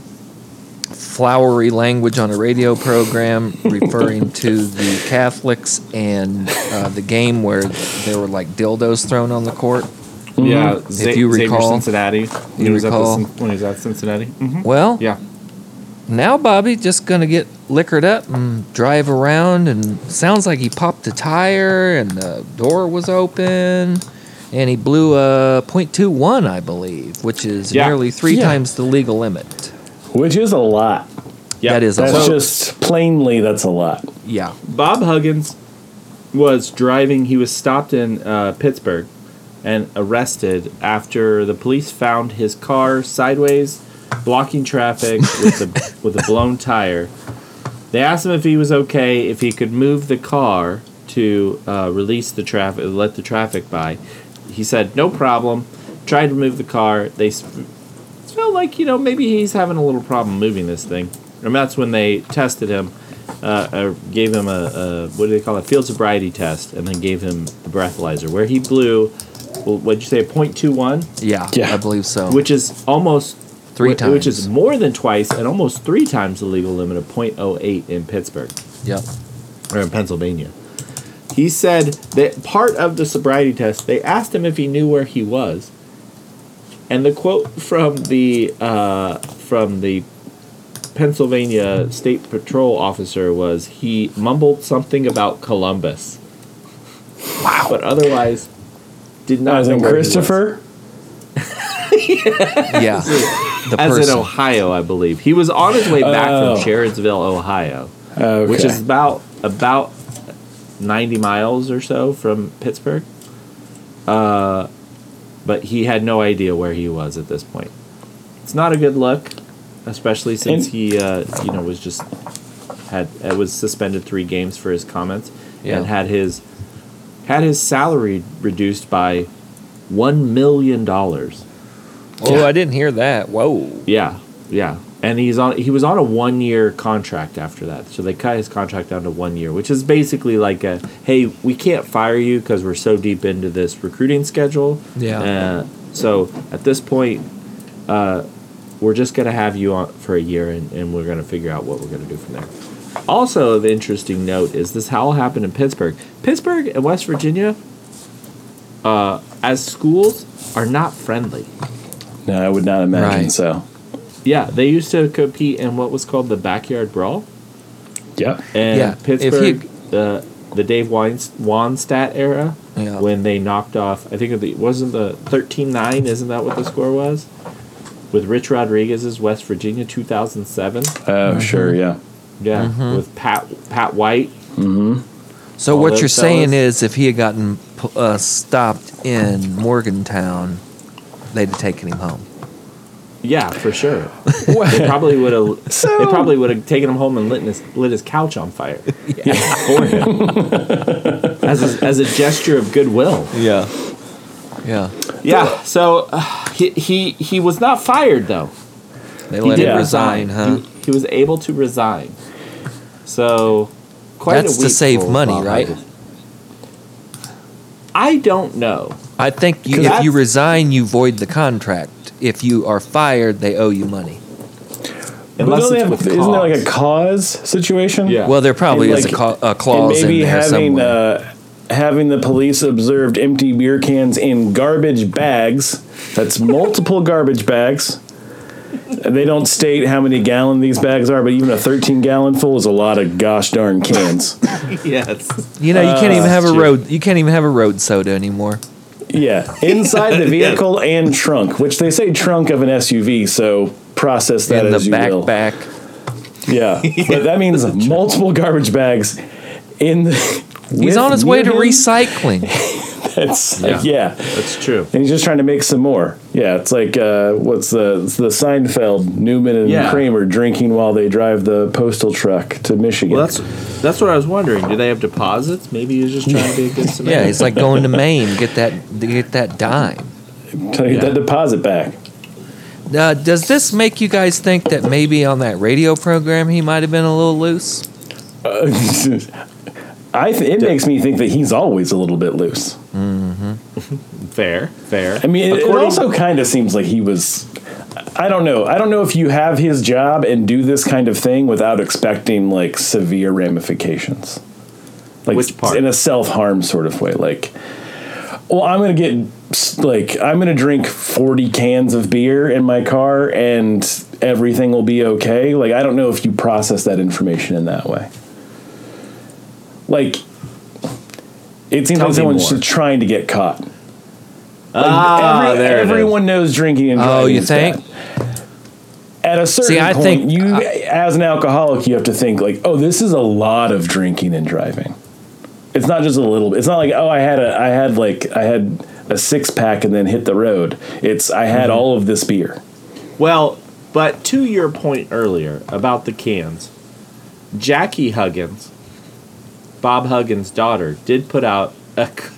Speaker 2: flowery language on a radio program referring to the Catholics and uh, the game where there were like dildos thrown on the court.
Speaker 1: yeah,
Speaker 2: mm, If
Speaker 1: Za-
Speaker 2: you
Speaker 1: Xavier
Speaker 2: recall-
Speaker 1: Cincinnati. When
Speaker 2: you
Speaker 1: he was at the
Speaker 2: recall-
Speaker 1: Cin- when he was at Cincinnati. hmm
Speaker 2: Well,
Speaker 1: Yeah,
Speaker 2: now Bobby just gonna get liquored up and drive around, and sounds like he popped a tire, and the door was open, and he blew a .21, I believe, which is
Speaker 1: Yeah.
Speaker 2: nearly three
Speaker 3: Yeah.
Speaker 2: times the legal limit.
Speaker 3: Which is a lot.
Speaker 1: yeah.
Speaker 2: That is a
Speaker 3: That's
Speaker 2: lot.
Speaker 3: just plainly that's a lot.
Speaker 2: Yeah,
Speaker 1: Bob Huggins was driving. He was stopped in uh, Pittsburgh and arrested after the police found his car sideways, blocking traffic with a with a blown tire. They asked him if he was okay, if he could move the car to uh, release the traffic, let the traffic by. He said no problem. Tried to move the car. They s- felt like you know maybe he's having a little problem moving this thing, and that's when they tested him uh, uh, gave him a, a what do they call it field sobriety test and then gave him the breathalyzer where he blew well, what'd you say a 0.21
Speaker 2: yeah,
Speaker 3: Yeah.
Speaker 2: I believe so.
Speaker 1: which is almost
Speaker 2: Oh. Three
Speaker 1: wh- which is
Speaker 2: times.
Speaker 1: more than twice and almost three times the legal limit of 0.08 in Pittsburgh
Speaker 2: yep.
Speaker 1: or in Pennsylvania he said that part of the sobriety test they asked him if he knew where he was and the quote from the uh, from the Pennsylvania State Patrol officer was he mumbled something about Columbus. Wow. But otherwise, did not.
Speaker 3: As
Speaker 1: know
Speaker 3: in
Speaker 1: where he was.
Speaker 3: Uh, Christopher,
Speaker 2: Yeah, the
Speaker 1: As
Speaker 2: person.
Speaker 1: in Ohio, I believe he was on his way back
Speaker 3: Oh.
Speaker 1: from Sherrodsville, Ohio,
Speaker 3: Okay.
Speaker 1: which is about about ninety miles or so from Pittsburgh. Uh, but he had no idea where he was at this point. It's not a good look, especially since
Speaker 3: And-
Speaker 1: he, uh, you know, was just had uh, was suspended three games for his comments
Speaker 2: Yeah.
Speaker 1: and had his had his salary reduced by one million dollars.
Speaker 2: oh, I didn't hear that. Whoa.
Speaker 1: Yeah, yeah. And he's on. He was on a one-year contract after that, so they cut his contract down to one year, which is basically like a, "Hey, we can't fire you because we're so deep into this recruiting schedule."
Speaker 2: Yeah.
Speaker 1: Uh, so at this point, uh, we're just gonna have you on for a year, and, and we're gonna figure out what we're gonna do from there. Also, of interesting note is this: how all happened in Pittsburgh, Pittsburgh and West Virginia, uh, as schools are not friendly.
Speaker 3: no, I would not imagine
Speaker 2: Right.
Speaker 3: so.
Speaker 1: Yeah, they used to compete in what was called the backyard brawl,
Speaker 3: Yep.
Speaker 1: and
Speaker 2: Yeah, if
Speaker 1: Pittsburgh,
Speaker 2: you-
Speaker 1: the the Dave Weinst- Wanstat era,
Speaker 2: Yeah.
Speaker 1: when they knocked off. I think of the wasn't the 13-9, Isn't that what the score was? With Rich Rodriguez's West Virginia two thousand seven.
Speaker 3: Oh, sure, yeah.
Speaker 1: Yeah,
Speaker 2: Mm-hmm.
Speaker 1: with Pat Pat White.
Speaker 2: So
Speaker 1: All
Speaker 2: what
Speaker 1: those
Speaker 2: you're saying
Speaker 1: fellas.
Speaker 2: is, if he had gotten uh, stopped in Morgantown, they'd have taken him home.
Speaker 1: Yeah, for sure. they probably would have.
Speaker 3: So-
Speaker 1: they probably would have taken him home and lit his lit his couch on fire for him as a, as a gesture of goodwill.
Speaker 2: Yeah. Yeah.
Speaker 1: Yeah. So uh, he, he he was not fired though.
Speaker 2: They
Speaker 1: He
Speaker 2: let
Speaker 1: did
Speaker 2: him
Speaker 1: resign.
Speaker 2: resign, huh?
Speaker 1: He, he was able to resign. So quite a
Speaker 2: That's to
Speaker 1: week
Speaker 2: save
Speaker 1: for
Speaker 2: money,
Speaker 1: Bob
Speaker 2: right?
Speaker 1: Huggins. I don't know.
Speaker 2: I think you,
Speaker 1: 'Cause
Speaker 2: if you
Speaker 1: that's-
Speaker 2: resign, you void the contract. If you are fired, they owe you money.
Speaker 1: Unless
Speaker 3: But don't they
Speaker 1: it's
Speaker 3: have-
Speaker 1: with
Speaker 3: isn't there like a
Speaker 1: cause.
Speaker 3: cause situation?
Speaker 1: Yeah.
Speaker 2: Well, there probably
Speaker 3: And
Speaker 2: is a,
Speaker 3: like-
Speaker 2: ca- a clause
Speaker 3: and maybe
Speaker 2: in there
Speaker 3: having
Speaker 2: somewhere.
Speaker 3: Uh, having the police observed empty beer cans in garbage bags. That's multiple garbage bags. And They don't state how many gallon these bags are, but even a 13 gallon full is a lot of gosh darn cans.
Speaker 1: yes.
Speaker 2: you know, you
Speaker 3: uh,
Speaker 2: can't even have a
Speaker 1: true.
Speaker 2: road. You can't even have a road soda anymore.
Speaker 3: yeah, inside the vehicle and trunk, which they say trunk of an SUV, so process that
Speaker 2: in the
Speaker 3: as you will.
Speaker 2: backpack.
Speaker 3: Yeah, but that means multiple garbage bags in the.
Speaker 2: He's
Speaker 3: with
Speaker 2: on his way
Speaker 3: near
Speaker 2: to
Speaker 3: him.
Speaker 2: recycling.
Speaker 3: sense. Like, yeah.
Speaker 1: That's true.
Speaker 3: And he's just trying to make some more. Yeah, it's like uh, what's the it's the Seinfeld Newman and
Speaker 1: Yeah.
Speaker 3: Kramer drinking while they drive the postal truck to Michigan.
Speaker 1: Well, that's that's what I was wondering. Do they have deposits? Maybe he's just trying to be a good
Speaker 2: Yeah,
Speaker 1: Samaritan.
Speaker 2: it's like going to Maine get that get that dime.
Speaker 3: Try to get
Speaker 1: yeah.
Speaker 3: that deposit back.
Speaker 2: Uh, does this make you guys think that maybe on that radio program he might have been a little loose?
Speaker 3: Uh, I th- it makes me think that he's always a little bit loose.
Speaker 1: fair, fair.
Speaker 3: I mean, it, it also kind of seems like he was. I don't know. I don't know if you have his job and do this kind of thing without expecting like severe ramifications. Like
Speaker 1: Which part?
Speaker 3: in a self harm sort of way, like. Well, I'm gonna get like I'm gonna drink 40 cans of beer in my car and everything will be okay. Like I don't know if you process that information in that way. Like it seems
Speaker 1: Tell me
Speaker 3: like someone's
Speaker 1: more.
Speaker 3: just trying to get caught. Like,
Speaker 1: ah,
Speaker 3: every-
Speaker 1: there it is.
Speaker 3: everyone knows drinking and driving.
Speaker 2: Oh, you
Speaker 3: is
Speaker 2: think?
Speaker 3: bad. At a certain
Speaker 2: See, I
Speaker 3: point,
Speaker 2: think-
Speaker 3: you as an alcoholic, you have to think like, oh, this is a lot of drinking and driving. It's not just a little bit. It's not like, oh, I had a, I had like, I had a six pack and then hit the road. It's I had
Speaker 2: Mm-hmm.
Speaker 3: all of this beer.
Speaker 1: Well, but to your point earlier about the cans, Jackie Huggins, Bob Huggins' daughter, did put out a, c-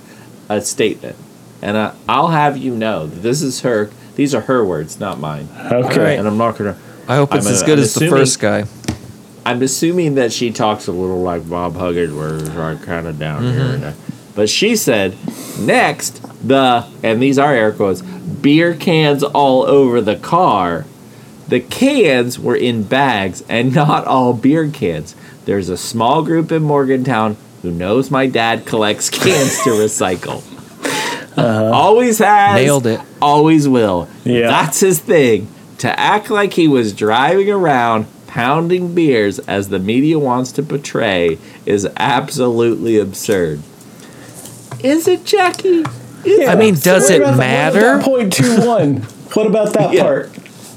Speaker 1: a statement, and I, I'll have you know that this is her. These are her words, not mine.
Speaker 3: Okay.
Speaker 1: And I'm not gonna.
Speaker 2: I hope it's
Speaker 1: I'm,
Speaker 2: as
Speaker 1: uh,
Speaker 2: good
Speaker 1: I'm
Speaker 2: as the
Speaker 1: assuming-
Speaker 2: first guy.
Speaker 1: I'm assuming that she talks a little like Bob Huggins, where it's like kind of down here.
Speaker 2: Mm-hmm.
Speaker 1: And there. But she said, next, the, and these are air quotes, beer cans all over the car. The cans were in bags and not all beer cans. There's a small group in Morgantown who knows my dad collects cans to recycle. Always has.
Speaker 2: Uh-huh. Nailed it.
Speaker 1: Always will.
Speaker 3: Yeah.
Speaker 1: That's his thing. To act like he was driving around pounding beers as the media wants to portray is absolutely absurd. Is it Jackie?
Speaker 2: I mean, does
Speaker 3: What
Speaker 2: it
Speaker 3: about the-
Speaker 2: matter?
Speaker 3: What about that 0.21? what about that
Speaker 1: Yeah.
Speaker 3: part?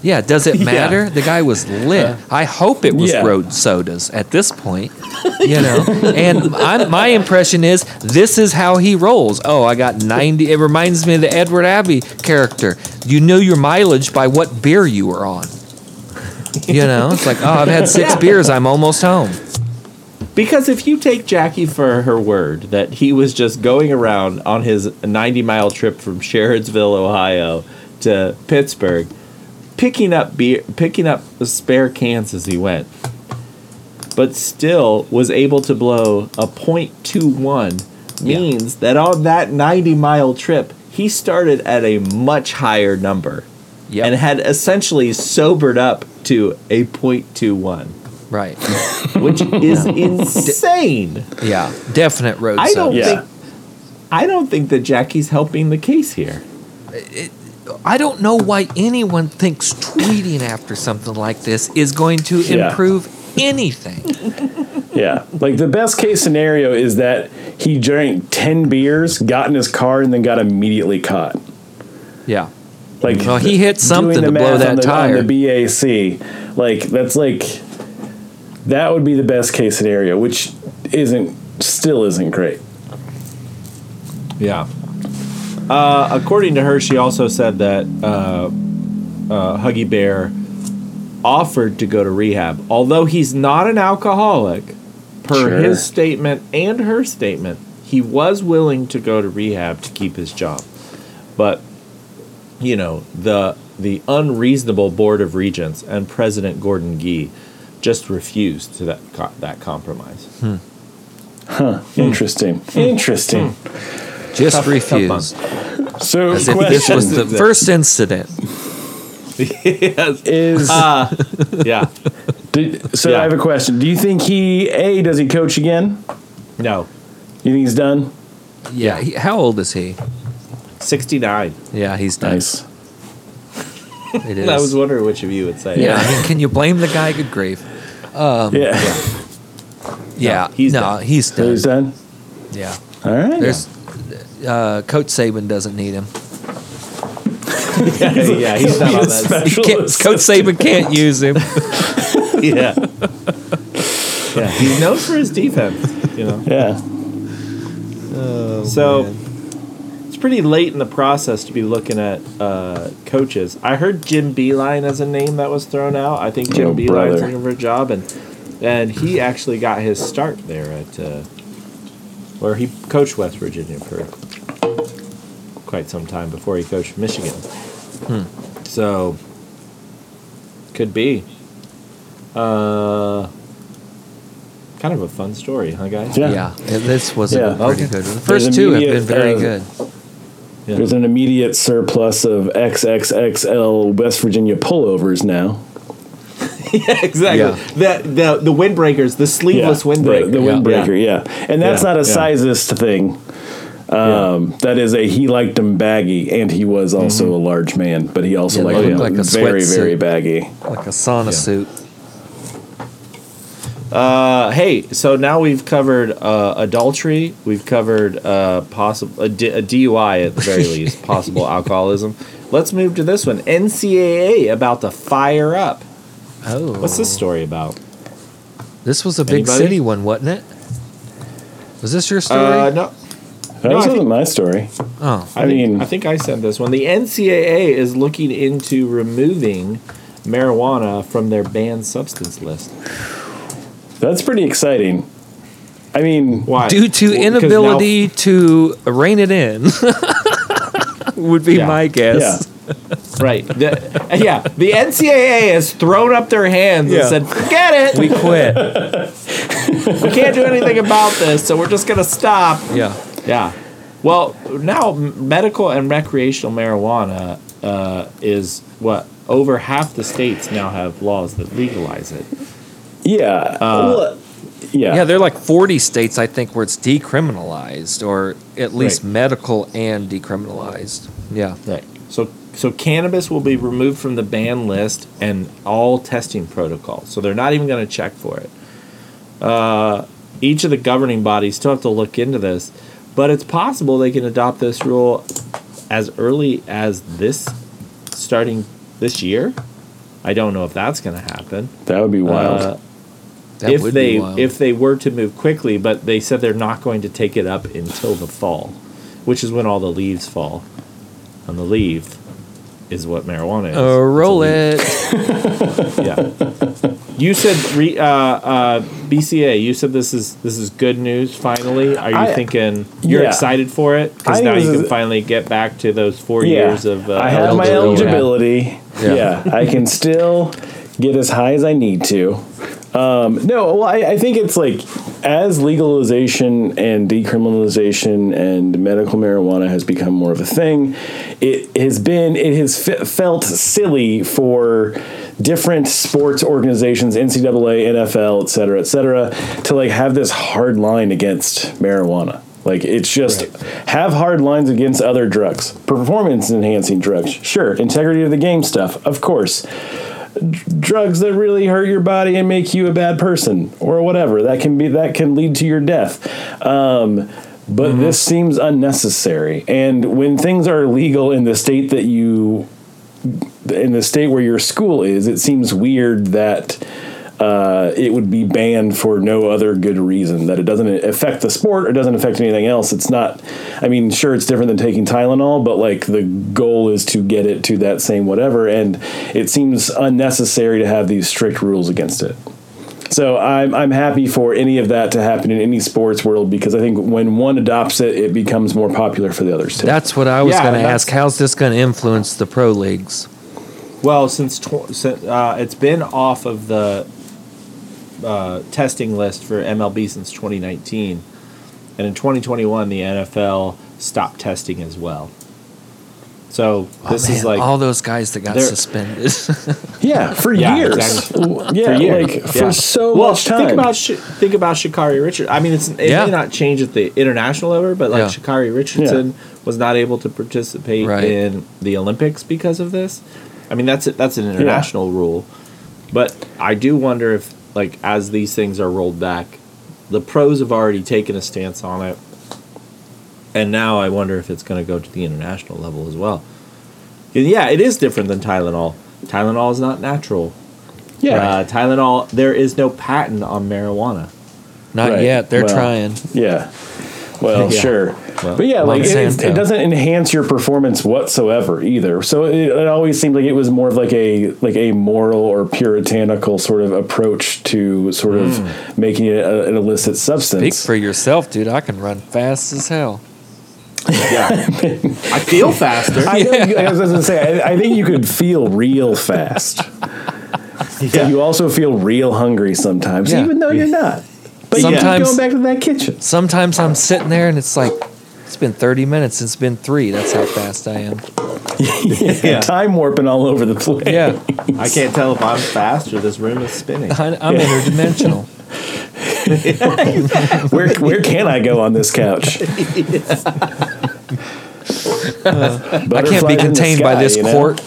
Speaker 2: Yeah, does it
Speaker 1: Yeah. Uh,
Speaker 2: matter? The guy was lit. I hope it was
Speaker 3: Yeah.
Speaker 2: road sodas at this point, you know. and I'm, my impression is this is how he rolls. Oh, I got 90. It reminds me of the Edward Abbey character. You knew your mileage by what beer you were on. You know, it's like, oh, I've had six
Speaker 1: Yeah.
Speaker 2: beers. I'm almost home.
Speaker 1: Because if you take Jackie for her word that he was just going around on his 90 mile trip from Sherrodsville, Ohio to Pittsburgh, picking up beer, picking up the spare cans as he went, but still was able to blow a .21 means that on that 90 mile trip, he started at a much higher number
Speaker 2: Yep.
Speaker 1: and had essentially sobered up to a .21,
Speaker 2: right.
Speaker 1: which is insane.
Speaker 2: Yeah. Definite road
Speaker 1: I don't
Speaker 2: soda.
Speaker 3: Yeah.
Speaker 1: think I don't think that Jackie's helping the case here.
Speaker 2: I don't know why anyone thinks tweeting after something like this is going to
Speaker 3: Yeah.
Speaker 2: improve anything.
Speaker 3: Yeah. Like the best case scenario is that he drank 10 beers, got in his car, and then got immediately caught.
Speaker 2: Yeah.
Speaker 3: Like
Speaker 2: Well, he hit something
Speaker 3: doing
Speaker 2: to
Speaker 3: the
Speaker 2: blow
Speaker 3: math
Speaker 2: that
Speaker 3: on the,
Speaker 2: tire.
Speaker 3: On the BAC, like that's like that would be the best case scenario, which isn't still isn't great.
Speaker 1: Yeah. Uh, according to her, she also said that uh, uh, Huggy Bear offered to go to rehab, although he's not an alcoholic. Per
Speaker 3: Sure.
Speaker 1: his statement and her statement, he was willing to go to rehab to keep his job, but you know the the unreasonable Board of Regents and President Gordon Gee just refused to that co- that compromise.
Speaker 2: Hmm.
Speaker 3: Interesting. Interesting.
Speaker 2: Just
Speaker 1: Tough- tough
Speaker 2: refused.
Speaker 3: So
Speaker 2: As if this
Speaker 3: question
Speaker 2: was the first incident.
Speaker 1: yes.
Speaker 3: is
Speaker 2: Ah.
Speaker 1: Yeah.
Speaker 3: did, so
Speaker 1: yeah.
Speaker 3: I have a question. Do you think he A does he coach again?
Speaker 1: No.
Speaker 3: You think he's done?
Speaker 2: Yeah. He, how old is he?
Speaker 1: Sixty nine.
Speaker 2: Yeah, he's done.
Speaker 3: Nice.
Speaker 2: It is.
Speaker 1: I was wondering which of you would say.
Speaker 2: yeah.
Speaker 1: it.
Speaker 2: I mean, can you blame the guy? Good grief.
Speaker 3: Um, yeah.
Speaker 2: Yeah.
Speaker 1: he's
Speaker 2: no,
Speaker 1: done.
Speaker 2: he's
Speaker 3: So
Speaker 2: done.
Speaker 3: he's done?
Speaker 2: Yeah.
Speaker 3: All right.
Speaker 2: There's uh, Coach Saban doesn't need him.
Speaker 1: yeah, he's not on that.
Speaker 2: He can't, Coach Saban can't use him.
Speaker 1: Yeah, yeah, he's known for his defense. You know,
Speaker 3: Yeah.
Speaker 1: so pretty late in the process to be looking at uh, coaches. I heard Jim Beeline as a name that was thrown out. I think Jim
Speaker 3: Oh,
Speaker 1: Beeline's
Speaker 3: brother.
Speaker 1: looking for a job, and and he actually got his start there at uh, where he coached West Virginia for quite some time before he coached Michigan. Hmm. So could be. Uh, kind of a fun story, huh, guys?
Speaker 3: Yeah.
Speaker 2: Yeah, this was a
Speaker 3: Yeah.
Speaker 2: pretty
Speaker 1: Okay.
Speaker 2: good one. The first two have been
Speaker 3: immediate,
Speaker 2: very
Speaker 3: uh,
Speaker 2: good.
Speaker 1: Yeah.
Speaker 3: There's an immediate surplus of XXXL West Virginia pullovers now.
Speaker 1: exactly. The, the the windbreakers, the sleeveless
Speaker 3: the-
Speaker 1: windbreaker.
Speaker 3: The,
Speaker 2: Yeah.
Speaker 3: windbreaker, yeah. And that's
Speaker 1: Yeah,
Speaker 3: not a
Speaker 1: yeah.
Speaker 3: sizist thing. Um, That is a he liked him baggy, and he was also a large man, but he also
Speaker 2: Mm-hmm. Yeah,
Speaker 3: liked
Speaker 2: looked
Speaker 3: him
Speaker 2: like a
Speaker 3: very,
Speaker 2: sweatsuit.
Speaker 3: very baggy.
Speaker 2: Like a sauna suit.
Speaker 1: Uh, hey, so now we've covered uh, adultery. We've covered uh, possible a, D- a DUI at the very least, possible alcoholism. Let's move to this one. NCAA about to fire up.
Speaker 2: Oh,
Speaker 1: What's this story about?
Speaker 2: This was a big
Speaker 1: Anybody?
Speaker 2: city one, wasn't it? Was this your story?
Speaker 1: Uh, no,
Speaker 3: That
Speaker 1: No, I
Speaker 3: wasn't
Speaker 1: think-
Speaker 3: my story.
Speaker 2: oh,
Speaker 1: I,
Speaker 3: I
Speaker 1: mean,
Speaker 3: mean-
Speaker 1: I think I sent this one. The NCAA is looking into removing marijuana from their banned substance list.
Speaker 3: That's pretty exciting. I mean,
Speaker 1: Why?
Speaker 2: due to
Speaker 1: Well, because now-
Speaker 2: inability to rein it in, would be
Speaker 1: Yeah.
Speaker 2: my
Speaker 3: yeah.
Speaker 2: guess.
Speaker 1: Right. The, yeah. The NCAA has thrown up their hands
Speaker 2: Yeah.
Speaker 1: and said, forget it.
Speaker 2: We quit.
Speaker 1: We can't do anything about this, so we're just going to stop.
Speaker 2: yeah.
Speaker 1: Yeah. Well, now m- medical and recreational marijuana uh, is what? Over half the states now have laws that legalize it.
Speaker 3: Yeah.
Speaker 1: Uh,
Speaker 3: Well, yeah.
Speaker 2: Yeah, there are like 40 states, I think, where it's decriminalized or at least
Speaker 1: Right.
Speaker 2: medical and decriminalized. Yeah.
Speaker 1: Right. So, so cannabis will be removed from the ban list and all testing protocols. So they're not even going to check for it. Uh, each of the governing bodies still have to look into this, but it's possible they can adopt this rule as early as this, starting this year. I don't know if that's going to happen.
Speaker 3: that would be wild.
Speaker 1: Uh,
Speaker 2: That
Speaker 1: if
Speaker 2: would
Speaker 1: they
Speaker 2: be wild.
Speaker 1: if they were to move quickly, but they said they're not going to take it up until the fall, which is when all the leaves fall. And the leaf is what marijuana is.
Speaker 3: Oh,
Speaker 2: uh, roll
Speaker 1: It's
Speaker 2: it.
Speaker 1: a leaf. Yeah. You said re, uh, uh, BCA. You said this is this is good news. Finally, are you
Speaker 3: I-
Speaker 1: thinking you're
Speaker 3: yeah.
Speaker 1: excited for it because
Speaker 3: I
Speaker 1: now
Speaker 3: was-
Speaker 1: you can finally get back to those four years of uh,
Speaker 3: I have my
Speaker 2: eligibility.
Speaker 3: eligibility.
Speaker 2: Yeah.
Speaker 3: Yeah. I can still get as high as I need to. Um, no, well, I, I think it's like as legalization and decriminalization and medical marijuana has become more of a thing, it has been it has fe- felt silly for different sports organizations, NCAA, NFL, et cetera, et cetera, to like have this hard line against marijuana. Like it's just have hard lines against other drugs, performance enhancing drugs, sure, integrity of the game stuff, of course drugs that really hurt your body and make you a bad person or whatever that can be that can lead to your death um, but this seems unnecessary and when things are legal in the state that you in the state where your school is it seems weird that uh, it would be banned for no other good reason that it doesn't affect the sport or doesn't affect anything else it's not i mean sure it's different than taking tylenol but like the goal is to get it to that same whatever and it seems unnecessary to have these strict rules against it so I'm I'm happy for any of that to happen in any sports world because I think when one adopts it, it becomes more popular for the others too.
Speaker 2: That's what I was
Speaker 1: Yeah,
Speaker 2: going to
Speaker 1: that's-
Speaker 2: ask. How's this going to influence the pro leagues?
Speaker 1: Well, since tw- si- uh, it's been off of the uh, testing list for MLB since 2019, and in 2021 the NFL stopped testing as well. So this
Speaker 2: Oh,
Speaker 1: is
Speaker 2: man,
Speaker 1: like
Speaker 2: all those guys that got
Speaker 1: they're-
Speaker 2: suspended.
Speaker 3: Yeah, for
Speaker 1: Yeah,
Speaker 3: years.
Speaker 1: exactly.
Speaker 3: Yeah,
Speaker 1: years.
Speaker 3: like
Speaker 1: Yeah.
Speaker 3: for so
Speaker 1: well,
Speaker 3: much time.
Speaker 1: Think about Shi- think about Shikari Richard. I mean, it's it
Speaker 2: Yeah.
Speaker 1: may not change at the international level, but like
Speaker 2: Yeah.
Speaker 1: Shikari Richardson was not able to participate
Speaker 2: Right.
Speaker 1: in the Olympics because of this. I mean, that's that's an international rule, but I do wonder if like as these things are rolled back, the pros have already taken a stance on it, and now I wonder if it's going to go to the international level as well. And yeah, it is different than Tylenol. Tylenol is not natural.
Speaker 3: yeah,
Speaker 1: Uh, Tylenol, there is no patent on marijuana.
Speaker 2: Not
Speaker 3: Right.
Speaker 2: yet. They're
Speaker 3: Well,
Speaker 2: trying.
Speaker 3: yeah. Well,
Speaker 1: Yeah.
Speaker 3: sure. But yeah, like it, it's-
Speaker 2: Monsanto.
Speaker 3: it doesn't enhance your performance whatsoever either. So it, it always seemed like it was more of like a like a moral or puritanical sort of approach to sort
Speaker 1: Mm.
Speaker 3: of making it a, an illicit
Speaker 2: Speak
Speaker 3: substance.
Speaker 2: for yourself, dude. I can run fast as hell.
Speaker 4: I feel faster.
Speaker 3: I, know you- I was going to say, I, I think you could feel real fast.
Speaker 1: Yeah.
Speaker 3: You also feel real hungry sometimes,
Speaker 2: Yeah.
Speaker 3: even though you're not. But you
Speaker 2: Sometimes-
Speaker 3: keep going back to that kitchen.
Speaker 2: Sometimes I'm sitting there and it's like, it's been 30 minutes. It's been three. That's how fast I am.
Speaker 1: Yeah.
Speaker 3: Time warping all over the place.
Speaker 2: Yeah,
Speaker 1: I can't tell if I'm fast or this room is spinning.
Speaker 2: I, I'm interdimensional.
Speaker 3: Where where can I go on this couch? Uh,
Speaker 2: I can't be contained by this court.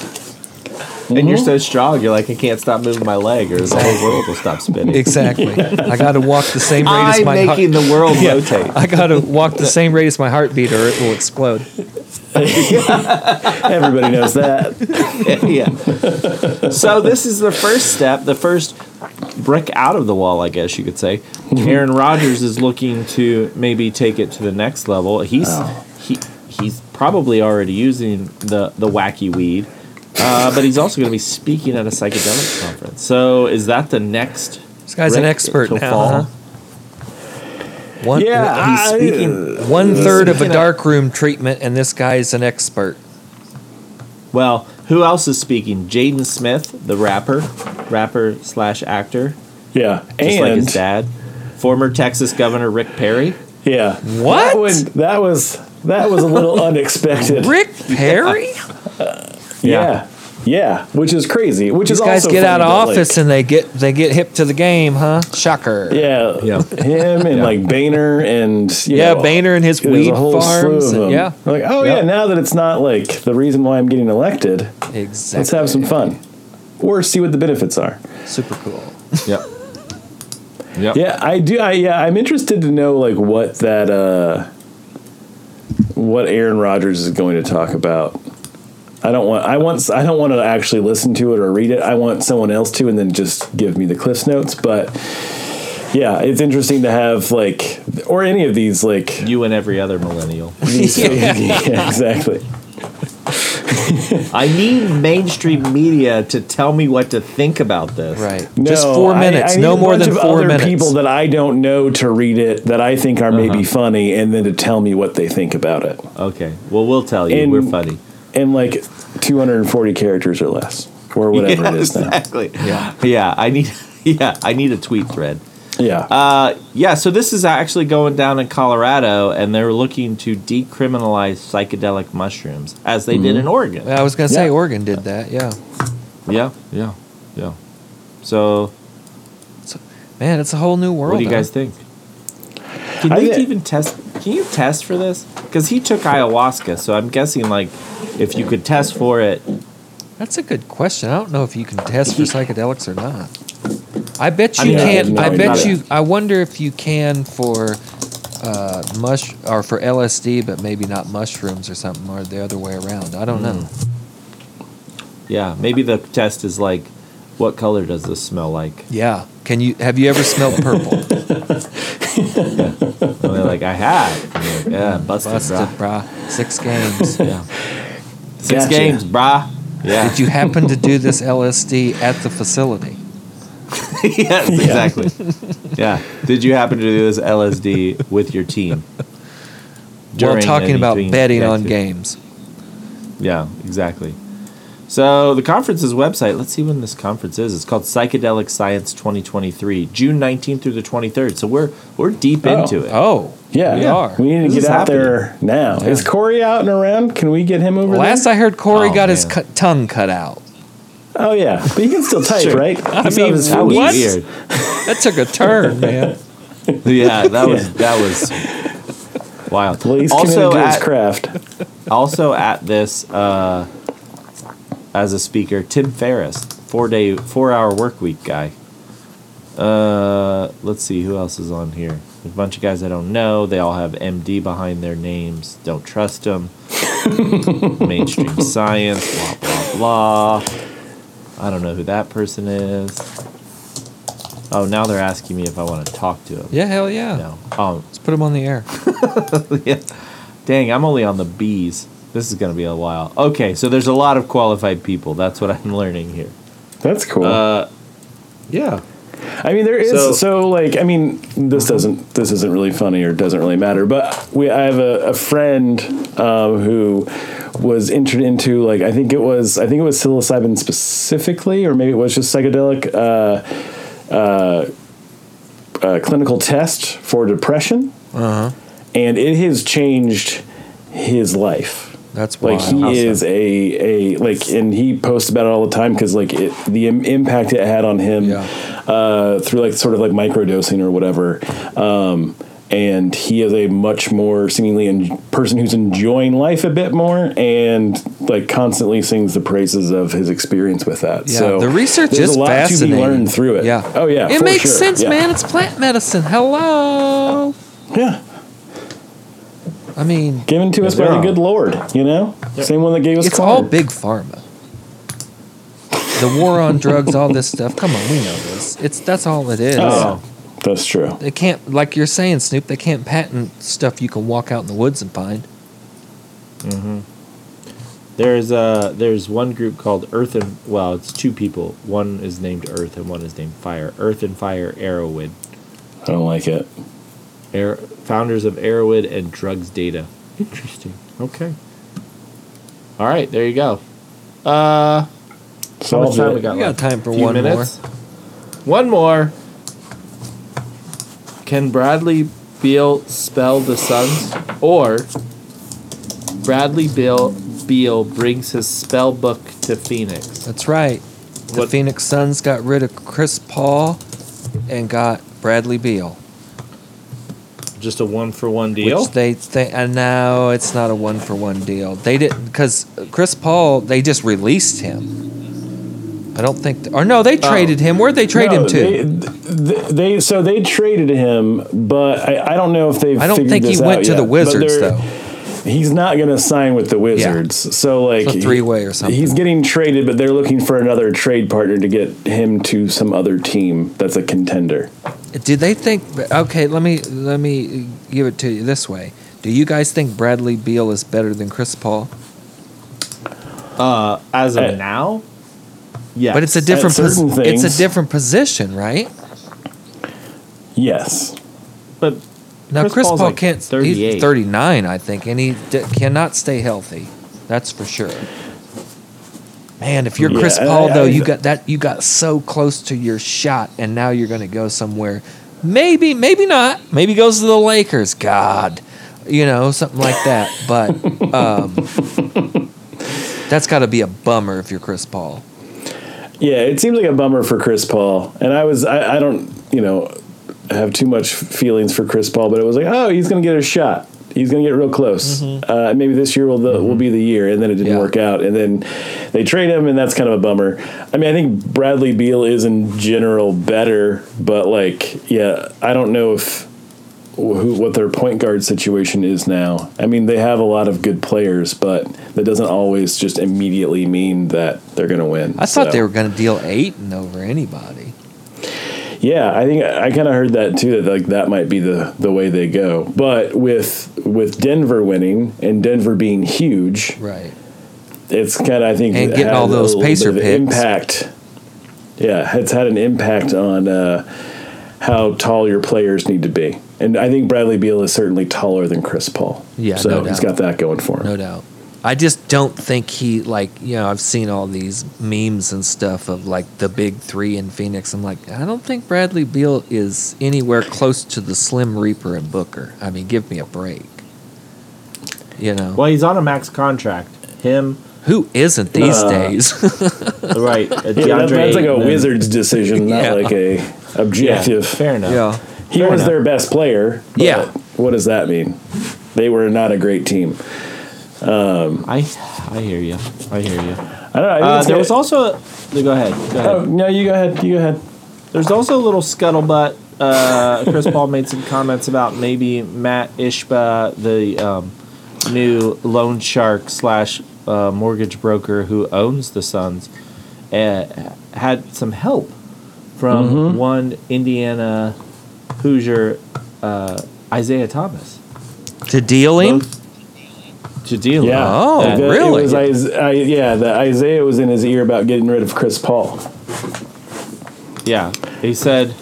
Speaker 1: And you're so strong, you're like, I can't stop moving my leg or the whole world will stop spinning.
Speaker 2: Exactly. I got to walk the same rate as
Speaker 1: I'm
Speaker 2: my heart.
Speaker 1: making the world rotate.
Speaker 2: I got to walk the same rate as my heartbeat or it will explode.
Speaker 3: Everybody knows that.
Speaker 1: yeah. So this is the first step, the first brick out of the wall, I guess you could say.
Speaker 2: Mm-hmm.
Speaker 1: Aaron Rodgers is looking to maybe take it to the next level. He's
Speaker 2: Oh.
Speaker 1: he he's probably already using the the wacky weed, uh, but he's also going to be speaking at a psychedelic conference. So is that the next?
Speaker 2: This guy's an
Speaker 1: brick
Speaker 2: expert
Speaker 1: to
Speaker 2: now.
Speaker 1: fall?
Speaker 2: huh? One,
Speaker 3: Yeah,
Speaker 1: He's
Speaker 3: I-
Speaker 1: speaking.
Speaker 2: One third of a
Speaker 1: Speaking of-
Speaker 2: dark room treatment, and this guy is an expert.
Speaker 1: Well, who else is speaking? Jaden Smith, the rapper, rapper slash actor,
Speaker 3: Yeah,
Speaker 1: just
Speaker 3: and
Speaker 1: like his dad. Former Texas Governor Rick Perry.
Speaker 3: yeah,
Speaker 2: What?
Speaker 3: That, one- that was that was a little unexpected.
Speaker 2: Rick Perry?
Speaker 3: Yeah. yeah, which is crazy. Which
Speaker 2: These
Speaker 3: is
Speaker 2: guys
Speaker 3: also
Speaker 2: get out
Speaker 3: funny,
Speaker 2: of
Speaker 3: but, like,
Speaker 2: office and they get they get hip to the game, huh? Shocker. Yeah,
Speaker 3: yeah,
Speaker 1: Yeah.
Speaker 3: him and like Boehner and you know,
Speaker 2: Boehner and his
Speaker 3: there's a
Speaker 2: weed
Speaker 3: whole slew
Speaker 2: farms.
Speaker 3: of
Speaker 2: and-
Speaker 3: them.
Speaker 2: yeah,
Speaker 3: like oh
Speaker 1: Yep.
Speaker 3: yeah, now that it's not like the reason why I'm getting elected,
Speaker 2: exactly.
Speaker 3: let's have some fun, or see what the benefits are.
Speaker 2: Super cool.
Speaker 1: Yep. Yep.
Speaker 3: Yeah, I do. I yeah, I'm interested to know like what that uh what Aaron Rodgers is going to talk about. I don't want. I want. I don't want to actually listen to it or read it. I want someone else to, and then just give me the cliffs notes. But yeah, it's interesting to have like or any of these like.
Speaker 1: You and every other millennial.
Speaker 3: These, yeah, exactly.
Speaker 1: I need mainstream media to tell me what to think about this.
Speaker 2: Right.
Speaker 3: No,
Speaker 2: Just four
Speaker 3: I-
Speaker 2: minutes.
Speaker 3: I need
Speaker 2: no
Speaker 3: a
Speaker 2: more
Speaker 3: bunch
Speaker 2: than
Speaker 3: of
Speaker 2: four
Speaker 3: other
Speaker 2: minutes. Uh-huh.
Speaker 3: People that I don't know to read it that I think are maybe funny, and then to tell me what they think about it.
Speaker 1: Okay. Well, we'll tell you.
Speaker 3: And-
Speaker 1: We're funny.
Speaker 3: and like 240 characters or less or whatever it is now.
Speaker 1: exactly. Yeah. Yeah. I need. Yeah. I need a tweet thread.
Speaker 3: Yeah.
Speaker 1: Uh, yeah. So this is actually going down in Colorado, and they're looking to decriminalize psychedelic mushrooms, as they did in Oregon.
Speaker 2: I was gonna say
Speaker 3: Yeah.
Speaker 2: Oregon did that. Yeah,
Speaker 1: Yeah. Yeah. Yeah. So,
Speaker 2: man, it's a whole new world.
Speaker 1: what do you
Speaker 2: huh?
Speaker 1: guys think? Can
Speaker 3: I
Speaker 1: they
Speaker 3: thi-
Speaker 1: even test? Can you test for this? Because he took ayahuasca, so I'm guessing like if you could test for it,
Speaker 2: That's a good question. I don't know if you can test for psychedelics or not. I bet you
Speaker 1: mean, I
Speaker 2: can't.
Speaker 3: have no
Speaker 2: I bet
Speaker 3: idea.
Speaker 2: you. I wonder if you can for uh, mush or for LSD, but maybe not mushrooms or something, or the other way around. I don't know.
Speaker 1: yeah, maybe the test is like, what color does this smell like?
Speaker 2: Yeah. Can you? Have you ever smelled purple?
Speaker 1: And they're like, I have. And they're Like, yeah, busted,
Speaker 2: Busted,
Speaker 1: brah.
Speaker 2: brah. Six games.
Speaker 1: Six
Speaker 3: Gotcha.
Speaker 1: games, brah. Yeah.
Speaker 2: Did you happen to do this LSD at the facility?
Speaker 1: yes, exactly. yeah. Did you happen to do this LSD with your team?
Speaker 2: While
Speaker 1: During
Speaker 2: talking
Speaker 1: and
Speaker 2: about
Speaker 1: between
Speaker 2: betting
Speaker 1: the
Speaker 2: on
Speaker 1: activity?
Speaker 2: games.
Speaker 1: Yeah, exactly. So the conference's website, let's see when this conference is. It's called Psychedelic Science 2023, June 19th through the 23rd. So we're we're deep
Speaker 3: Oh.
Speaker 1: into it.
Speaker 2: Oh.
Speaker 3: yeah.
Speaker 2: we are.
Speaker 3: We need to
Speaker 1: This
Speaker 3: get
Speaker 1: is
Speaker 3: out there now. Is Corey out and around? Can we get him over
Speaker 2: Last
Speaker 3: there?
Speaker 2: I heard, Corey
Speaker 1: Oh,
Speaker 2: got his
Speaker 1: man.
Speaker 2: cu- tongue cut out.
Speaker 3: oh, yeah. But he can still type,
Speaker 1: Sure.
Speaker 3: right? I
Speaker 2: mean,
Speaker 1: That was
Speaker 2: What?
Speaker 1: weird.
Speaker 2: That took a turn, man.
Speaker 1: Yeah, that was that was wild.
Speaker 3: Well, he's
Speaker 1: also
Speaker 3: committed to his
Speaker 1: at,
Speaker 3: craft.
Speaker 1: also at this uh, as a speaker, Tim Ferriss, four day four hour work week guy. Uh, let's see who else is on here. There's a bunch of guys I don't know. They all have MD behind their names. Don't trust them. Mainstream science. Blah blah blah. I don't know who that person is. Oh, now they're asking me if I want to talk to him.
Speaker 2: Yeah, hell yeah.
Speaker 1: No. Um,
Speaker 2: Let's put him on the air.
Speaker 1: yeah. Dang, I'm only on the B's. This is going to be a while. Okay, so there's a lot of qualified people. That's what I'm learning here.
Speaker 3: That's cool.
Speaker 1: Uh, yeah.
Speaker 3: I mean, there is
Speaker 1: So-
Speaker 3: so, like I mean, this
Speaker 2: Mm-hmm.
Speaker 3: doesn't this isn't really funny or doesn't really matter. But we I have a, a friend um, who was entered into like I think it was I think it was psilocybin specifically, or maybe it was just psychedelic uh, uh, uh, clinical test for depression,
Speaker 2: Uh-huh.
Speaker 3: and it has changed his life.
Speaker 2: That's
Speaker 3: Like
Speaker 2: wild.
Speaker 3: he
Speaker 1: Awesome.
Speaker 3: is a a like, and he posts about it all the time because like it, the Im- impact it had on him
Speaker 2: Yeah.
Speaker 3: uh, through like sort of like microdosing or whatever. Um, and he is a much more seemingly en- person who's enjoying life a bit more and like constantly sings the praises of his experience with that.
Speaker 2: Yeah,
Speaker 3: so
Speaker 2: the research
Speaker 3: there's
Speaker 2: is
Speaker 3: a lot
Speaker 2: fascinating.
Speaker 3: to be learned through it.
Speaker 2: Yeah.
Speaker 3: Oh yeah.
Speaker 2: It
Speaker 3: for
Speaker 2: makes
Speaker 3: sure.
Speaker 2: sense,
Speaker 3: Yeah.
Speaker 2: man. It's plant medicine. Hello.
Speaker 3: Yeah.
Speaker 2: I mean,
Speaker 3: Given to us by
Speaker 1: they're
Speaker 3: the
Speaker 1: on.
Speaker 3: good Lord, you know, same one that gave us.
Speaker 2: it's all
Speaker 3: Connor.
Speaker 2: big pharma. The war on drugs, all this stuff. Come on, we know this. It's that's all it is.
Speaker 3: Oh, that's true.
Speaker 2: They can't, like you're saying, Snoop. They can't patent stuff you can walk out in the woods and find.
Speaker 1: There's uh there's one group called Earth and well it's two people one is named Earth and one is named Fire Earth and Fire Arrowwood
Speaker 3: I don't like it.
Speaker 1: Air, founders of Arrowwood and Drugs Data interesting okay all right there you go uh how much
Speaker 3: Solved
Speaker 1: time
Speaker 3: it.
Speaker 1: we got
Speaker 2: We got
Speaker 1: left?
Speaker 2: time for
Speaker 1: Few
Speaker 2: one
Speaker 1: minutes? one more can Bradley Beal spell the Suns or Bradley Beal Beal brings his spell book to Phoenix.
Speaker 2: That's right. The
Speaker 1: What-
Speaker 2: Phoenix Suns got rid of Chris Paul and got Bradley Beal.
Speaker 1: Just a one for one deal.
Speaker 2: Which they they uh, no, it's not a one for one deal. They didn't because Chris Paul they just released him. I don't think or no they traded him. Where'd they trade him
Speaker 3: No,
Speaker 2: to?
Speaker 3: They, th- they so they traded him, but I, I don't know if they've.
Speaker 2: I don't
Speaker 3: figured
Speaker 2: think he
Speaker 3: this out
Speaker 2: went to
Speaker 3: yet.
Speaker 2: the
Speaker 3: But
Speaker 2: Wizards
Speaker 3: they're-
Speaker 2: though.
Speaker 3: He's not going to sign with the Wizards, so like
Speaker 2: It's a three-way or something.
Speaker 3: He's getting traded, but they're looking for another trade partner to get him to some other team that's a contender.
Speaker 2: Did they think okay, let me let me give it to you this way. Do you guys think Bradley Beal is better than Chris Paul?
Speaker 1: Uh, as of
Speaker 3: Hey.
Speaker 1: now, yeah,
Speaker 2: But it's a different pos-
Speaker 3: certain
Speaker 2: it's a
Speaker 3: things.
Speaker 2: different position, right?
Speaker 3: Yes,
Speaker 1: But
Speaker 2: Now Chris,
Speaker 1: Chris Paul's
Speaker 2: Paul
Speaker 1: like
Speaker 2: can't.
Speaker 1: 38.
Speaker 2: He's 39, I think, and he d- cannot stay healthy. That's for sure. Man, if you're
Speaker 3: Yeah,
Speaker 2: Chris
Speaker 3: I-
Speaker 2: Paul
Speaker 3: I-
Speaker 2: though, you got that. You got so close to your shot, and now you're going to go somewhere. Maybe, maybe not. Maybe goes to the Lakers. God, you know something like that. But um, that's got to be a bummer if you're Chris Paul.
Speaker 3: yeah, it seems like a bummer for Chris Paul, and I was I, I don't you know have too much feelings for Chris Paul, but it was like oh he's going to get a shot. He's going to get real close. Uh, maybe this year will the, will be the year, and then it didn't
Speaker 2: Mm-hmm. Yeah.
Speaker 3: work out, and then they trade him, and that's kind of a bummer. I mean, I think Bradley Beal is in general better, but like, yeah, I don't know if who, what their point guard situation is now. I mean, they have a lot of good players, but that doesn't always just immediately mean that they're going to win.
Speaker 2: I thought
Speaker 3: So-
Speaker 2: they were going to deal Aiton over anybody.
Speaker 3: yeah, I think I kind of heard that too. That like that might be the the way they go. But with with Denver winning and Denver being huge,
Speaker 2: Right.
Speaker 3: it's kind of I think
Speaker 2: And getting
Speaker 3: had
Speaker 2: all
Speaker 3: a
Speaker 2: those
Speaker 3: little bit
Speaker 2: Pacer
Speaker 3: of an
Speaker 2: picks.
Speaker 3: impact. Yeah, it's had an impact on uh, how tall your players need to be, and I think Bradley Beal is certainly taller than Chris Paul.
Speaker 2: Yeah,
Speaker 3: so
Speaker 2: no
Speaker 3: he's
Speaker 2: doubt.
Speaker 3: got that going for him.
Speaker 2: No doubt. I just don't think he like you know I've seen all these memes and stuff of like the big three in Phoenix. I'm like I don't think Bradley Beal is anywhere close to the Slim Reaper and Booker. I mean, give me a break. You know
Speaker 1: well, he's on a max contract. Him,
Speaker 2: who isn't these
Speaker 3: Uh,
Speaker 2: days?
Speaker 1: right? uh,
Speaker 3: Yeah, that,
Speaker 1: DeAndre
Speaker 3: that's like a
Speaker 1: Ayton and-
Speaker 3: Wizards decision, not
Speaker 2: Yeah.
Speaker 3: like a
Speaker 1: Yeah,
Speaker 3: objective.
Speaker 1: fair enough.
Speaker 2: yeah,
Speaker 3: He
Speaker 1: Fair
Speaker 3: was
Speaker 1: enough.
Speaker 3: their best player. but
Speaker 2: Yeah.
Speaker 3: What does that mean? They were not a great team.
Speaker 1: I, I hear you. I hear you.
Speaker 3: I don't know. I think
Speaker 1: Uh,
Speaker 3: it's
Speaker 1: there
Speaker 3: good.
Speaker 1: was also a, go ahead. Go ahead.
Speaker 3: Oh, no, you go ahead. You go ahead.
Speaker 1: There's also a little scuttlebutt. Uh, Chris Paul made some comments about maybe Matt Ishba, the um, new loan shark slash uh, mortgage broker who owns the Suns, uh, had some help from one Indiana Hoosier, uh, Isaiah Thomas.
Speaker 2: to deal him.
Speaker 1: Both- Jadila.
Speaker 3: Yeah.
Speaker 2: Oh,
Speaker 3: Like that- it
Speaker 2: really?
Speaker 3: was Is- I- yeah, the Isaiah was in his ear about getting rid of Chris Paul.
Speaker 1: Yeah. He said,